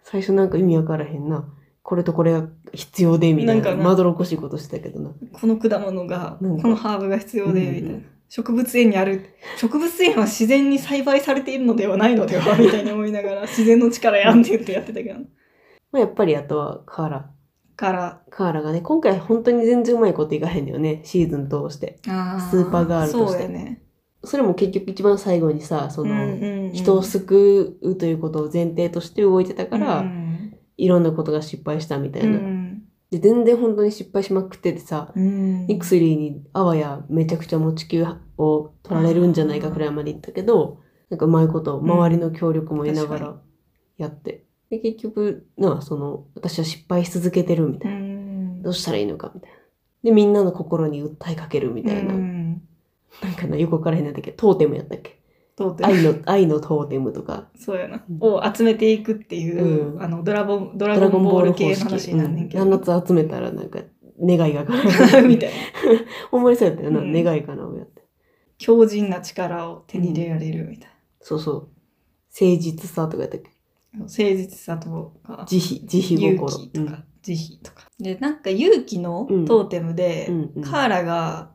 [SPEAKER 1] 最初なんか意味わからへんな。これとこれが必要で、みたい
[SPEAKER 2] な
[SPEAKER 1] な。
[SPEAKER 2] んかな
[SPEAKER 1] まどろっこしいことしてたけどな。
[SPEAKER 2] この果物が
[SPEAKER 1] なんか
[SPEAKER 2] このハーブが必要でみたいな、
[SPEAKER 1] うんうん
[SPEAKER 2] 植物園にある植物園は自然に栽培されているのではないので はみたいに思いながら自然の力やんって言ってやってたけど
[SPEAKER 1] まあ、やっぱりあとはカーラ。
[SPEAKER 2] から
[SPEAKER 1] カーラがね、今回本当に全然うまいこといかへんのよね、シーズン通して。
[SPEAKER 2] スー
[SPEAKER 1] スーパーガールとして
[SPEAKER 2] そうやね
[SPEAKER 1] それも結局一番最後にさ、その、
[SPEAKER 2] うんうんうん
[SPEAKER 1] 人を救うということを前提として動いてたから、
[SPEAKER 2] うん
[SPEAKER 1] いろんなことが失敗したみたいな。
[SPEAKER 2] うん
[SPEAKER 1] で、全然本当に失敗しまくっててさ、
[SPEAKER 2] うん
[SPEAKER 1] イクスリーにあわやめちゃくちゃ持ち球を取られるんじゃないかくらいまで行ったけど、なんかうまいこと周りの協力も得なが
[SPEAKER 2] う
[SPEAKER 1] らやって。で、結局、なあ、その、私は失敗し続けてるみたいな。どうしたらいいのかみたいな。で、みんなの心に訴えかけるみたいな。
[SPEAKER 2] うん
[SPEAKER 1] なんかな、横から変なんだっけトーテムやったっけ
[SPEAKER 2] どうって
[SPEAKER 1] 愛の、 愛のトーテムとか。
[SPEAKER 2] そうやな
[SPEAKER 1] うん。
[SPEAKER 2] を集めていくっていう、
[SPEAKER 1] うん
[SPEAKER 2] あの、ドラゴン、ドラ
[SPEAKER 1] ドラゴ
[SPEAKER 2] ゴン
[SPEAKER 1] ン
[SPEAKER 2] ボ
[SPEAKER 1] ボ
[SPEAKER 2] ー
[SPEAKER 1] ー
[SPEAKER 2] ル
[SPEAKER 1] ル
[SPEAKER 2] 系
[SPEAKER 1] 方
[SPEAKER 2] の
[SPEAKER 1] 式。
[SPEAKER 2] 話
[SPEAKER 1] う
[SPEAKER 2] になんねん
[SPEAKER 1] ん
[SPEAKER 2] けど。
[SPEAKER 1] 何つ集めたらなんか、願いが叶う
[SPEAKER 2] みたいな。
[SPEAKER 1] ほんまにそうやったよな、
[SPEAKER 2] うん
[SPEAKER 1] 願い叶うやって。
[SPEAKER 2] 強靭な力を手に入れられるみたい
[SPEAKER 1] そうそう。誠実さとかやったっけ
[SPEAKER 2] な。誠実さとか、
[SPEAKER 1] 慈悲、慈悲
[SPEAKER 2] 勇
[SPEAKER 1] 心。
[SPEAKER 2] 気とか、慈悲とか。で、なんか勇気のトーテムで、
[SPEAKER 1] うんうんうん
[SPEAKER 2] カーラが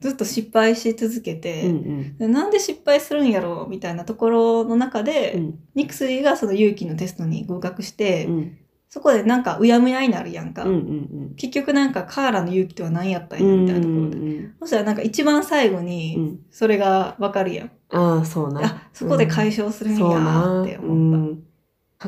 [SPEAKER 2] ずっと失敗し続けて、
[SPEAKER 1] うんうん
[SPEAKER 2] でなんで失敗するんやろうみたいなところの中で、
[SPEAKER 1] うん
[SPEAKER 2] ニクスリーがその勇気のテストに合格して、
[SPEAKER 1] うん
[SPEAKER 2] そこでなんかうやむやになるやんか。
[SPEAKER 1] うんうん
[SPEAKER 2] 結局なんかカーラの勇気とは何やったん
[SPEAKER 1] う
[SPEAKER 2] や
[SPEAKER 1] ん
[SPEAKER 2] みたいなところで。
[SPEAKER 1] うん
[SPEAKER 2] そしたらなんか一番最後
[SPEAKER 1] う
[SPEAKER 2] に
[SPEAKER 1] ん
[SPEAKER 2] それがわかるやん。
[SPEAKER 1] ああそうな
[SPEAKER 2] あ、そこで解消するんや
[SPEAKER 1] そう
[SPEAKER 2] ー
[SPEAKER 1] な
[SPEAKER 2] って思っ
[SPEAKER 1] うん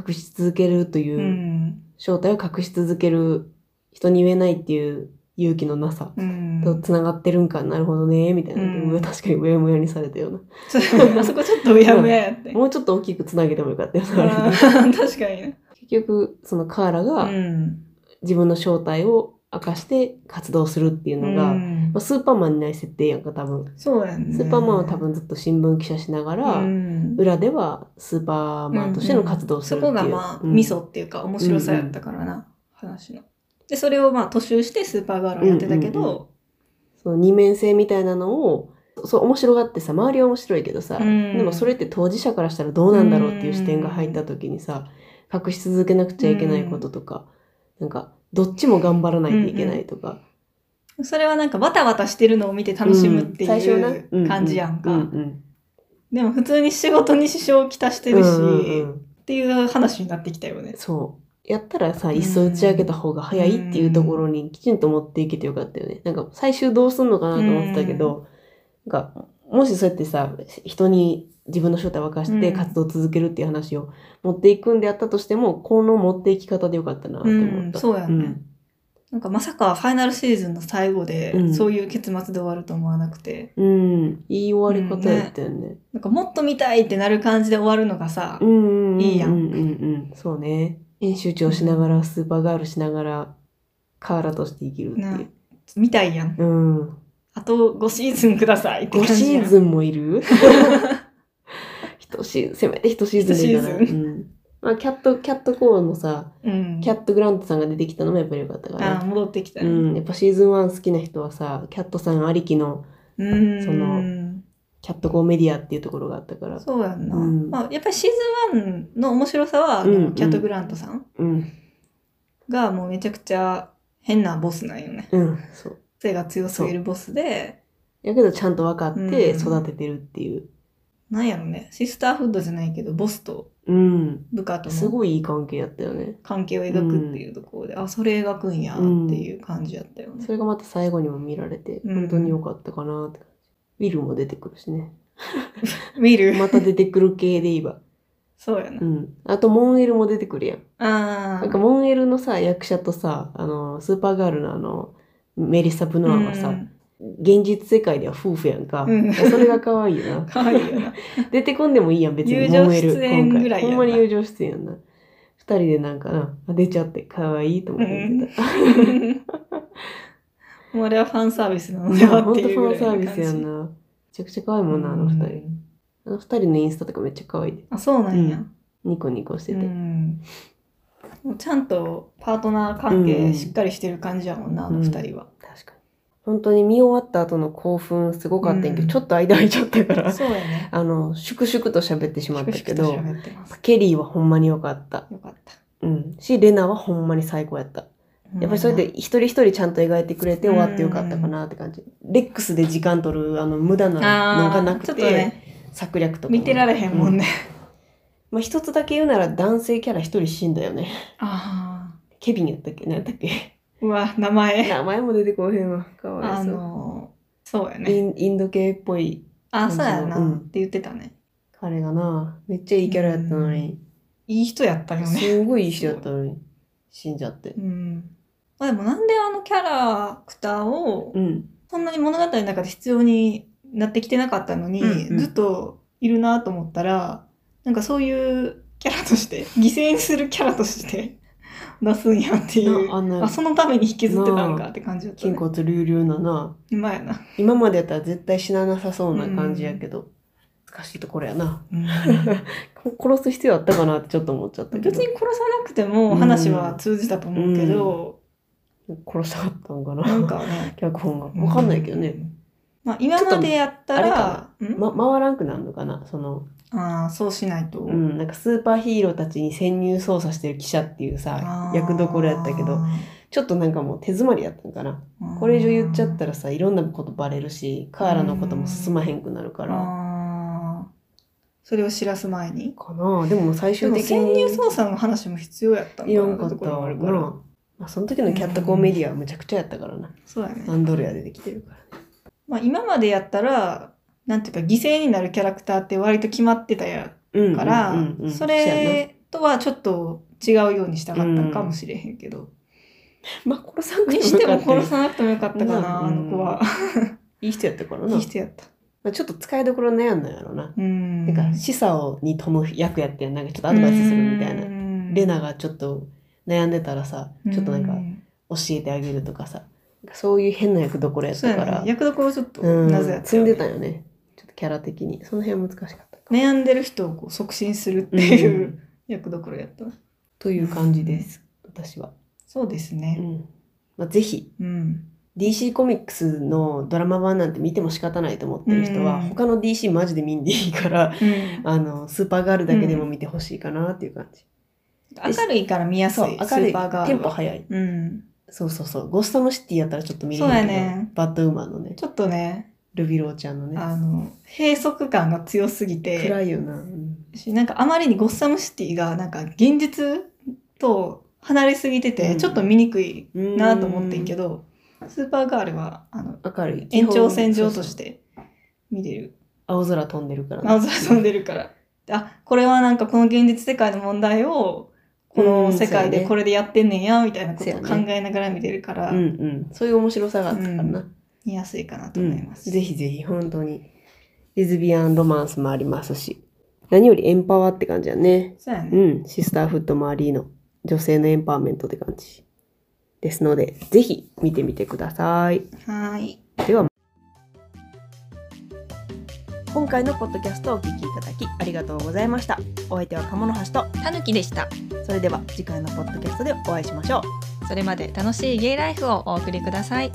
[SPEAKER 1] 隠し続けるとい
[SPEAKER 2] た。う。
[SPEAKER 1] うん正体を隠し続ける人に言えないっていう勇気のなさ
[SPEAKER 2] うん。
[SPEAKER 1] とつながってるんかなるほどねみたいな、
[SPEAKER 2] うん
[SPEAKER 1] 確かにうやむやにされたような
[SPEAKER 2] そうあそこちょっとうやむややって。
[SPEAKER 1] もうちょっと大きくつなげてもよかったよなあれ
[SPEAKER 2] あー確かにね。
[SPEAKER 1] 結局そのカーラ
[SPEAKER 2] う
[SPEAKER 1] が
[SPEAKER 2] ん。
[SPEAKER 1] 自分の正体を明かして活動するっていうのが、ま
[SPEAKER 2] うん
[SPEAKER 1] あ、スーパーマンにない設定やんか多分
[SPEAKER 2] そうやんね。
[SPEAKER 1] スーパーマンは多分ずっと新聞記者しながら、
[SPEAKER 2] うん
[SPEAKER 1] 裏ではスーパーマンとしての活動をするってい
[SPEAKER 2] そこ
[SPEAKER 1] う、
[SPEAKER 2] がまあ、ミソ
[SPEAKER 1] うん
[SPEAKER 2] っていうか面白さやったからな、話の。で、それをまあ、突襲してスーパーガールをやってたけど、
[SPEAKER 1] その二面性みたいなのをそう面白がってさ周りは面白いけどさ、
[SPEAKER 2] うん
[SPEAKER 1] でもそれって当事者からしたらどうなんだろうっていう視点が入った時にさ、隠し続けなくちゃいけないこととか、なんかどっちも頑張らないといけないとか、
[SPEAKER 2] それはなんかバタバタしてるのを見て楽しむって
[SPEAKER 1] うん最初はな
[SPEAKER 2] いうう感じやんか。
[SPEAKER 1] ううん
[SPEAKER 2] でも普通に仕事に支障をきたして
[SPEAKER 1] うん
[SPEAKER 2] るし、
[SPEAKER 1] うんうん
[SPEAKER 2] っていう話になってきたよね。
[SPEAKER 1] そうやったらさ
[SPEAKER 2] ん
[SPEAKER 1] 一層打ち上げた方が早いっていうところにきちんと持っていけてよかったよねなんか最終どうすんのかなと思ってたけど、なんかもしそうやってさ人に自分の正体を明かし
[SPEAKER 2] う
[SPEAKER 1] て
[SPEAKER 2] ん
[SPEAKER 1] 活動を続けるっていう話を持っていくんであったとしても、この持っていき方でよかったなって思った、
[SPEAKER 2] うんそうやんね
[SPEAKER 1] ん
[SPEAKER 2] なんかまさかファイナルシーズンの最後で、
[SPEAKER 1] うん
[SPEAKER 2] そういう結末で終わると思わなくて、
[SPEAKER 1] うんいい終わり方やったよね,、
[SPEAKER 2] なんかもっと見たいってなる感じで終わるのがさ、
[SPEAKER 1] うんうんうん
[SPEAKER 2] いいやん
[SPEAKER 1] うんうんうんそうね編集長しながらスーパーガールしながらカーラとして生きるっていう、
[SPEAKER 2] ね見たいやん。
[SPEAKER 1] うん
[SPEAKER 2] あと5シーズンくださいって
[SPEAKER 1] 5
[SPEAKER 2] 感じ
[SPEAKER 1] シ
[SPEAKER 2] やん。
[SPEAKER 1] ーズンもいる 一シーズンせめて一シーズンでいいかな、
[SPEAKER 2] 一シー
[SPEAKER 1] うんまあ、キャットキャットコーンもさ
[SPEAKER 2] うん。
[SPEAKER 1] キャットグラントさんが出てきたのもやっぱりよかったか
[SPEAKER 2] あ
[SPEAKER 1] ら、
[SPEAKER 2] ー戻ってきた
[SPEAKER 1] う
[SPEAKER 2] ね。
[SPEAKER 1] ん、やっぱシーズン1好きな人はさキャットさんありきの
[SPEAKER 2] うん。
[SPEAKER 1] そのキャットコーンメディアっていうところがあったから
[SPEAKER 2] そうやんな、
[SPEAKER 1] うん
[SPEAKER 2] まあ、やっぱりシーズン1の面白さは、あの
[SPEAKER 1] うんうん
[SPEAKER 2] キャット・グラントさん
[SPEAKER 1] うん
[SPEAKER 2] がもうめちゃくちゃ変なボスなんよね。
[SPEAKER 1] うんそう
[SPEAKER 2] 癖が強すぎるボスで、
[SPEAKER 1] やけどちゃんと分かって
[SPEAKER 2] うん
[SPEAKER 1] 育ててるっていう
[SPEAKER 2] なんやろね、シスターフッドじゃないけど、ボスと
[SPEAKER 1] うん
[SPEAKER 2] 部下と
[SPEAKER 1] す
[SPEAKER 2] の
[SPEAKER 1] ごいいい関係やったよね
[SPEAKER 2] 関係を描くっていうところで、あ、それ描くんやっていう感じやったよね。
[SPEAKER 1] それがまた最後にも見られて
[SPEAKER 2] うん
[SPEAKER 1] 本当に良かったかなって感じウィルも出てくるしね
[SPEAKER 2] 見る、
[SPEAKER 1] また出てくる系で言えば
[SPEAKER 2] そうやな。
[SPEAKER 1] うん。あと、モンエルも出てくるやん。
[SPEAKER 2] あ
[SPEAKER 1] なんか、
[SPEAKER 2] ー
[SPEAKER 1] モンエルのさ、役者とさ、あの、スーパーガールのあの、メリッサ・ブノアはさ、
[SPEAKER 2] うん
[SPEAKER 1] 現実世界では夫婦やんか。
[SPEAKER 2] うん
[SPEAKER 1] それが可愛いよな。
[SPEAKER 2] 可愛い よな。
[SPEAKER 1] 出てこんでもいいやん、別に。
[SPEAKER 2] 友情
[SPEAKER 1] モンエル
[SPEAKER 2] 出演ぐらいや
[SPEAKER 1] 今回
[SPEAKER 2] んな
[SPEAKER 1] ほんまに友情出演やんな。二人でなんかな、あ出ちゃって可愛いと思って見てた。
[SPEAKER 2] もうあれはファンサービスなの
[SPEAKER 1] い
[SPEAKER 2] で
[SPEAKER 1] や
[SPEAKER 2] は
[SPEAKER 1] ほ
[SPEAKER 2] っ
[SPEAKER 1] ん
[SPEAKER 2] て
[SPEAKER 1] とフ
[SPEAKER 2] いう
[SPEAKER 1] ァ
[SPEAKER 2] ぐら
[SPEAKER 1] ン
[SPEAKER 2] い
[SPEAKER 1] サー
[SPEAKER 2] の
[SPEAKER 1] ビ
[SPEAKER 2] 感
[SPEAKER 1] ス
[SPEAKER 2] じ。
[SPEAKER 1] やんな。めちゃくちゃ可愛いもんな、あの二人。
[SPEAKER 2] 人。
[SPEAKER 1] あの二人のインスタとかめっちゃ可愛い。
[SPEAKER 2] あ、そうなんや。
[SPEAKER 1] ニコニコして
[SPEAKER 2] う
[SPEAKER 1] て。
[SPEAKER 2] ん、もうちゃんとパートナー関係
[SPEAKER 1] うん
[SPEAKER 2] しっかりしてる感じやもんな、あの
[SPEAKER 1] うん
[SPEAKER 2] 二人は。
[SPEAKER 1] 確かに。本当に見終わった後の興奮すごかったんやけど、
[SPEAKER 2] うん
[SPEAKER 1] ちょっと間空いちゃったから。
[SPEAKER 2] そうやね。
[SPEAKER 1] あの、粛々と喋ってしまったけど
[SPEAKER 2] 粛、々と喋ってます。
[SPEAKER 1] ケリーはほんまに良かった。
[SPEAKER 2] よかった。
[SPEAKER 1] うん。し、レナはほんまに最高やった。やっぱりそれで一人一人ちゃんと描いてくれて終わってよかったかなって感じ。レックスで時間取る、あの、無駄
[SPEAKER 2] うん、
[SPEAKER 1] なの
[SPEAKER 2] あ
[SPEAKER 1] が
[SPEAKER 2] あ
[SPEAKER 1] な
[SPEAKER 2] ー、
[SPEAKER 1] く
[SPEAKER 2] ち
[SPEAKER 1] て、
[SPEAKER 2] ょっとね、
[SPEAKER 1] 策略とかも。
[SPEAKER 2] 見てられへんもんね。
[SPEAKER 1] まあ、一つだけ言うなら男性キャラ一人死んだよね。
[SPEAKER 2] ああ。
[SPEAKER 1] ケビンやったっけ何やったっけ
[SPEAKER 2] うわ、名前。
[SPEAKER 1] 名前も出てこへんわ。かわ
[SPEAKER 2] あ
[SPEAKER 1] いそう。
[SPEAKER 2] のー、そうや
[SPEAKER 1] イ
[SPEAKER 2] ね。
[SPEAKER 1] ンインド系っぽい
[SPEAKER 2] あ、そうやな、
[SPEAKER 1] うん
[SPEAKER 2] って言ってたね。
[SPEAKER 1] 彼がな、めっちゃいいキャラやったのに、
[SPEAKER 2] いい人やったよね。
[SPEAKER 1] すごいいい人やったのに、死んじゃって
[SPEAKER 2] う。ん。まあでもなんであのキャラクターを
[SPEAKER 1] うん。
[SPEAKER 2] そんなに物語の中で必要になってきてなかったのに、
[SPEAKER 1] うんうん
[SPEAKER 2] ずっといるなと思ったらなんかそういうキャラとして 犠牲にするキャラとして 出すんやっていう
[SPEAKER 1] なあんな
[SPEAKER 2] あそのために引きずってたんかって感じだった、
[SPEAKER 1] 筋
[SPEAKER 2] ね、
[SPEAKER 1] 骨隆々なな。
[SPEAKER 2] 今やな、
[SPEAKER 1] 今までやったら絶対死ななさそうな感じやけど、難しいところや な。 こ殺す必要あったかなってちょっと思っちゃったけ
[SPEAKER 2] 別
[SPEAKER 1] ど。
[SPEAKER 2] に殺さなくても話は通じたと思うけど、
[SPEAKER 1] 殺したかったんかな。
[SPEAKER 2] なんかね
[SPEAKER 1] 脚本が。わかんないけどね。、
[SPEAKER 2] まあ、今までやった
[SPEAKER 1] ちょっ
[SPEAKER 2] らん
[SPEAKER 1] ま、回らんくなるのかなその、
[SPEAKER 2] ああそうしないと、
[SPEAKER 1] うん、なんかスーパーヒーローたちに潜入捜査してる記者っていう
[SPEAKER 2] あ
[SPEAKER 1] さ、
[SPEAKER 2] ー
[SPEAKER 1] 役どころやったけど、ちょっとなんかもう手詰まりやったんかな。
[SPEAKER 2] うん
[SPEAKER 1] これ以上言っちゃったらさ、いろんなことバレるし、カーラのことも進まへんくなるから。
[SPEAKER 2] あーそれを知らす前に
[SPEAKER 1] かなでももう最
[SPEAKER 2] で
[SPEAKER 1] 終
[SPEAKER 2] も
[SPEAKER 1] 的に。
[SPEAKER 2] 潜入捜査の話も必要やったん
[SPEAKER 1] いらんかっ
[SPEAKER 2] っ
[SPEAKER 1] てた
[SPEAKER 2] ところもあ
[SPEAKER 1] わ
[SPEAKER 2] る
[SPEAKER 1] な。
[SPEAKER 2] から
[SPEAKER 1] まあ、その時のキャットコーメディアはむちゃくちゃやったからな。
[SPEAKER 2] そうやね、
[SPEAKER 1] アンドレア出てきてるから。
[SPEAKER 2] まあ、今までやったらなんていうか犠牲になるキャラクターって割と決まってたや
[SPEAKER 1] うんうん
[SPEAKER 2] から、
[SPEAKER 1] うんうん
[SPEAKER 2] そ
[SPEAKER 1] そうやな
[SPEAKER 2] れとはちょっと違うようにしたかったんかもしれへんけど、
[SPEAKER 1] まあ、殺さんくて
[SPEAKER 2] に
[SPEAKER 1] も
[SPEAKER 2] して
[SPEAKER 1] よか
[SPEAKER 2] も
[SPEAKER 1] ったよ
[SPEAKER 2] 殺さなくてもよかったかな、
[SPEAKER 1] うん
[SPEAKER 2] あの子は、
[SPEAKER 1] いい人やったからな。
[SPEAKER 2] いい人やった
[SPEAKER 1] まあ、ちょっと使いどころ悩んだんやろな。
[SPEAKER 2] うん
[SPEAKER 1] てか、示唆をに富む役やってん、なんかちょっとアドバイスするみたいな。
[SPEAKER 2] な
[SPEAKER 1] レナがちょっと悩んでたらさ、ちょっとなんか教えてあげるとかさ、なんかそういう変な役どころやっ
[SPEAKER 2] そう
[SPEAKER 1] た
[SPEAKER 2] や
[SPEAKER 1] か
[SPEAKER 2] ね
[SPEAKER 1] ら、
[SPEAKER 2] 役どころちょっと
[SPEAKER 1] うん、
[SPEAKER 2] なぜやった
[SPEAKER 1] 積
[SPEAKER 2] よ
[SPEAKER 1] ん
[SPEAKER 2] ね
[SPEAKER 1] でたよね。ちょっとキャラ的に。その辺は難しかったか。
[SPEAKER 2] 悩んでる人をこう促進するっていう、
[SPEAKER 1] うん
[SPEAKER 2] 役どころやったな
[SPEAKER 1] という感じです、私は。
[SPEAKER 2] そうです
[SPEAKER 1] う
[SPEAKER 2] ね
[SPEAKER 1] ん。まあ、ぜひ、
[SPEAKER 2] うん、
[SPEAKER 1] DC コミックスのドラマ版なんて見ても仕方ないと思ってる人は、
[SPEAKER 2] うん
[SPEAKER 1] 他の DC マジで見んでいいから、 あの、スーパーガールだけでも見てほしいかなっていう感じ。
[SPEAKER 2] 明るいから見やすい
[SPEAKER 1] そう、明る
[SPEAKER 2] ス
[SPEAKER 1] い。
[SPEAKER 2] ーパーガー
[SPEAKER 1] テ
[SPEAKER 2] ル
[SPEAKER 1] ンポ
[SPEAKER 2] は
[SPEAKER 1] 早い。
[SPEAKER 2] うん、
[SPEAKER 1] そうそうそう。ゴスタムシティやったらちょっと見れ
[SPEAKER 2] そう
[SPEAKER 1] る
[SPEAKER 2] や
[SPEAKER 1] けど、
[SPEAKER 2] ね
[SPEAKER 1] バッドウーマンのね、
[SPEAKER 2] ちょっとね
[SPEAKER 1] ルビローちゃんのね、
[SPEAKER 2] あの閉塞感が強すぎて
[SPEAKER 1] 暗いよな。うん
[SPEAKER 2] しなんかあまりにゴッサムシティがなんか現実と離れすぎてて、
[SPEAKER 1] うん
[SPEAKER 2] ちょっと見にくいなと思ってんけど、スーパーガールはあの
[SPEAKER 1] 明るい。
[SPEAKER 2] 延長線上と
[SPEAKER 1] そう
[SPEAKER 2] し
[SPEAKER 1] そう
[SPEAKER 2] て見れる
[SPEAKER 1] 青空飛んでるからね、
[SPEAKER 2] 謎は飛んでるからあこれはなんかこの現実世界の問題をこの世界でこれでやってんねんやみたいなことを考えながら見れるから
[SPEAKER 1] うんうん。そういう面白さがあったからな。
[SPEAKER 2] 見やすいかなと思います、
[SPEAKER 1] うんぜひぜひ、本当に。レズビアンロマンスもありますし。何よりエンパワーって感じやね。
[SPEAKER 2] そうやね、
[SPEAKER 1] うん。シスターフット周りの女性のエンパワーメントって感じ。ですので、ぜひ見てみてください。
[SPEAKER 2] はーい
[SPEAKER 1] では今回のポッドキャストをお聞きいただきありがとうございましたお相手は鴨の橋と
[SPEAKER 3] たぬきでした
[SPEAKER 1] それでは次回のポッドキャストでお会いしましょう
[SPEAKER 3] それまで楽しいゲイライフをお送りください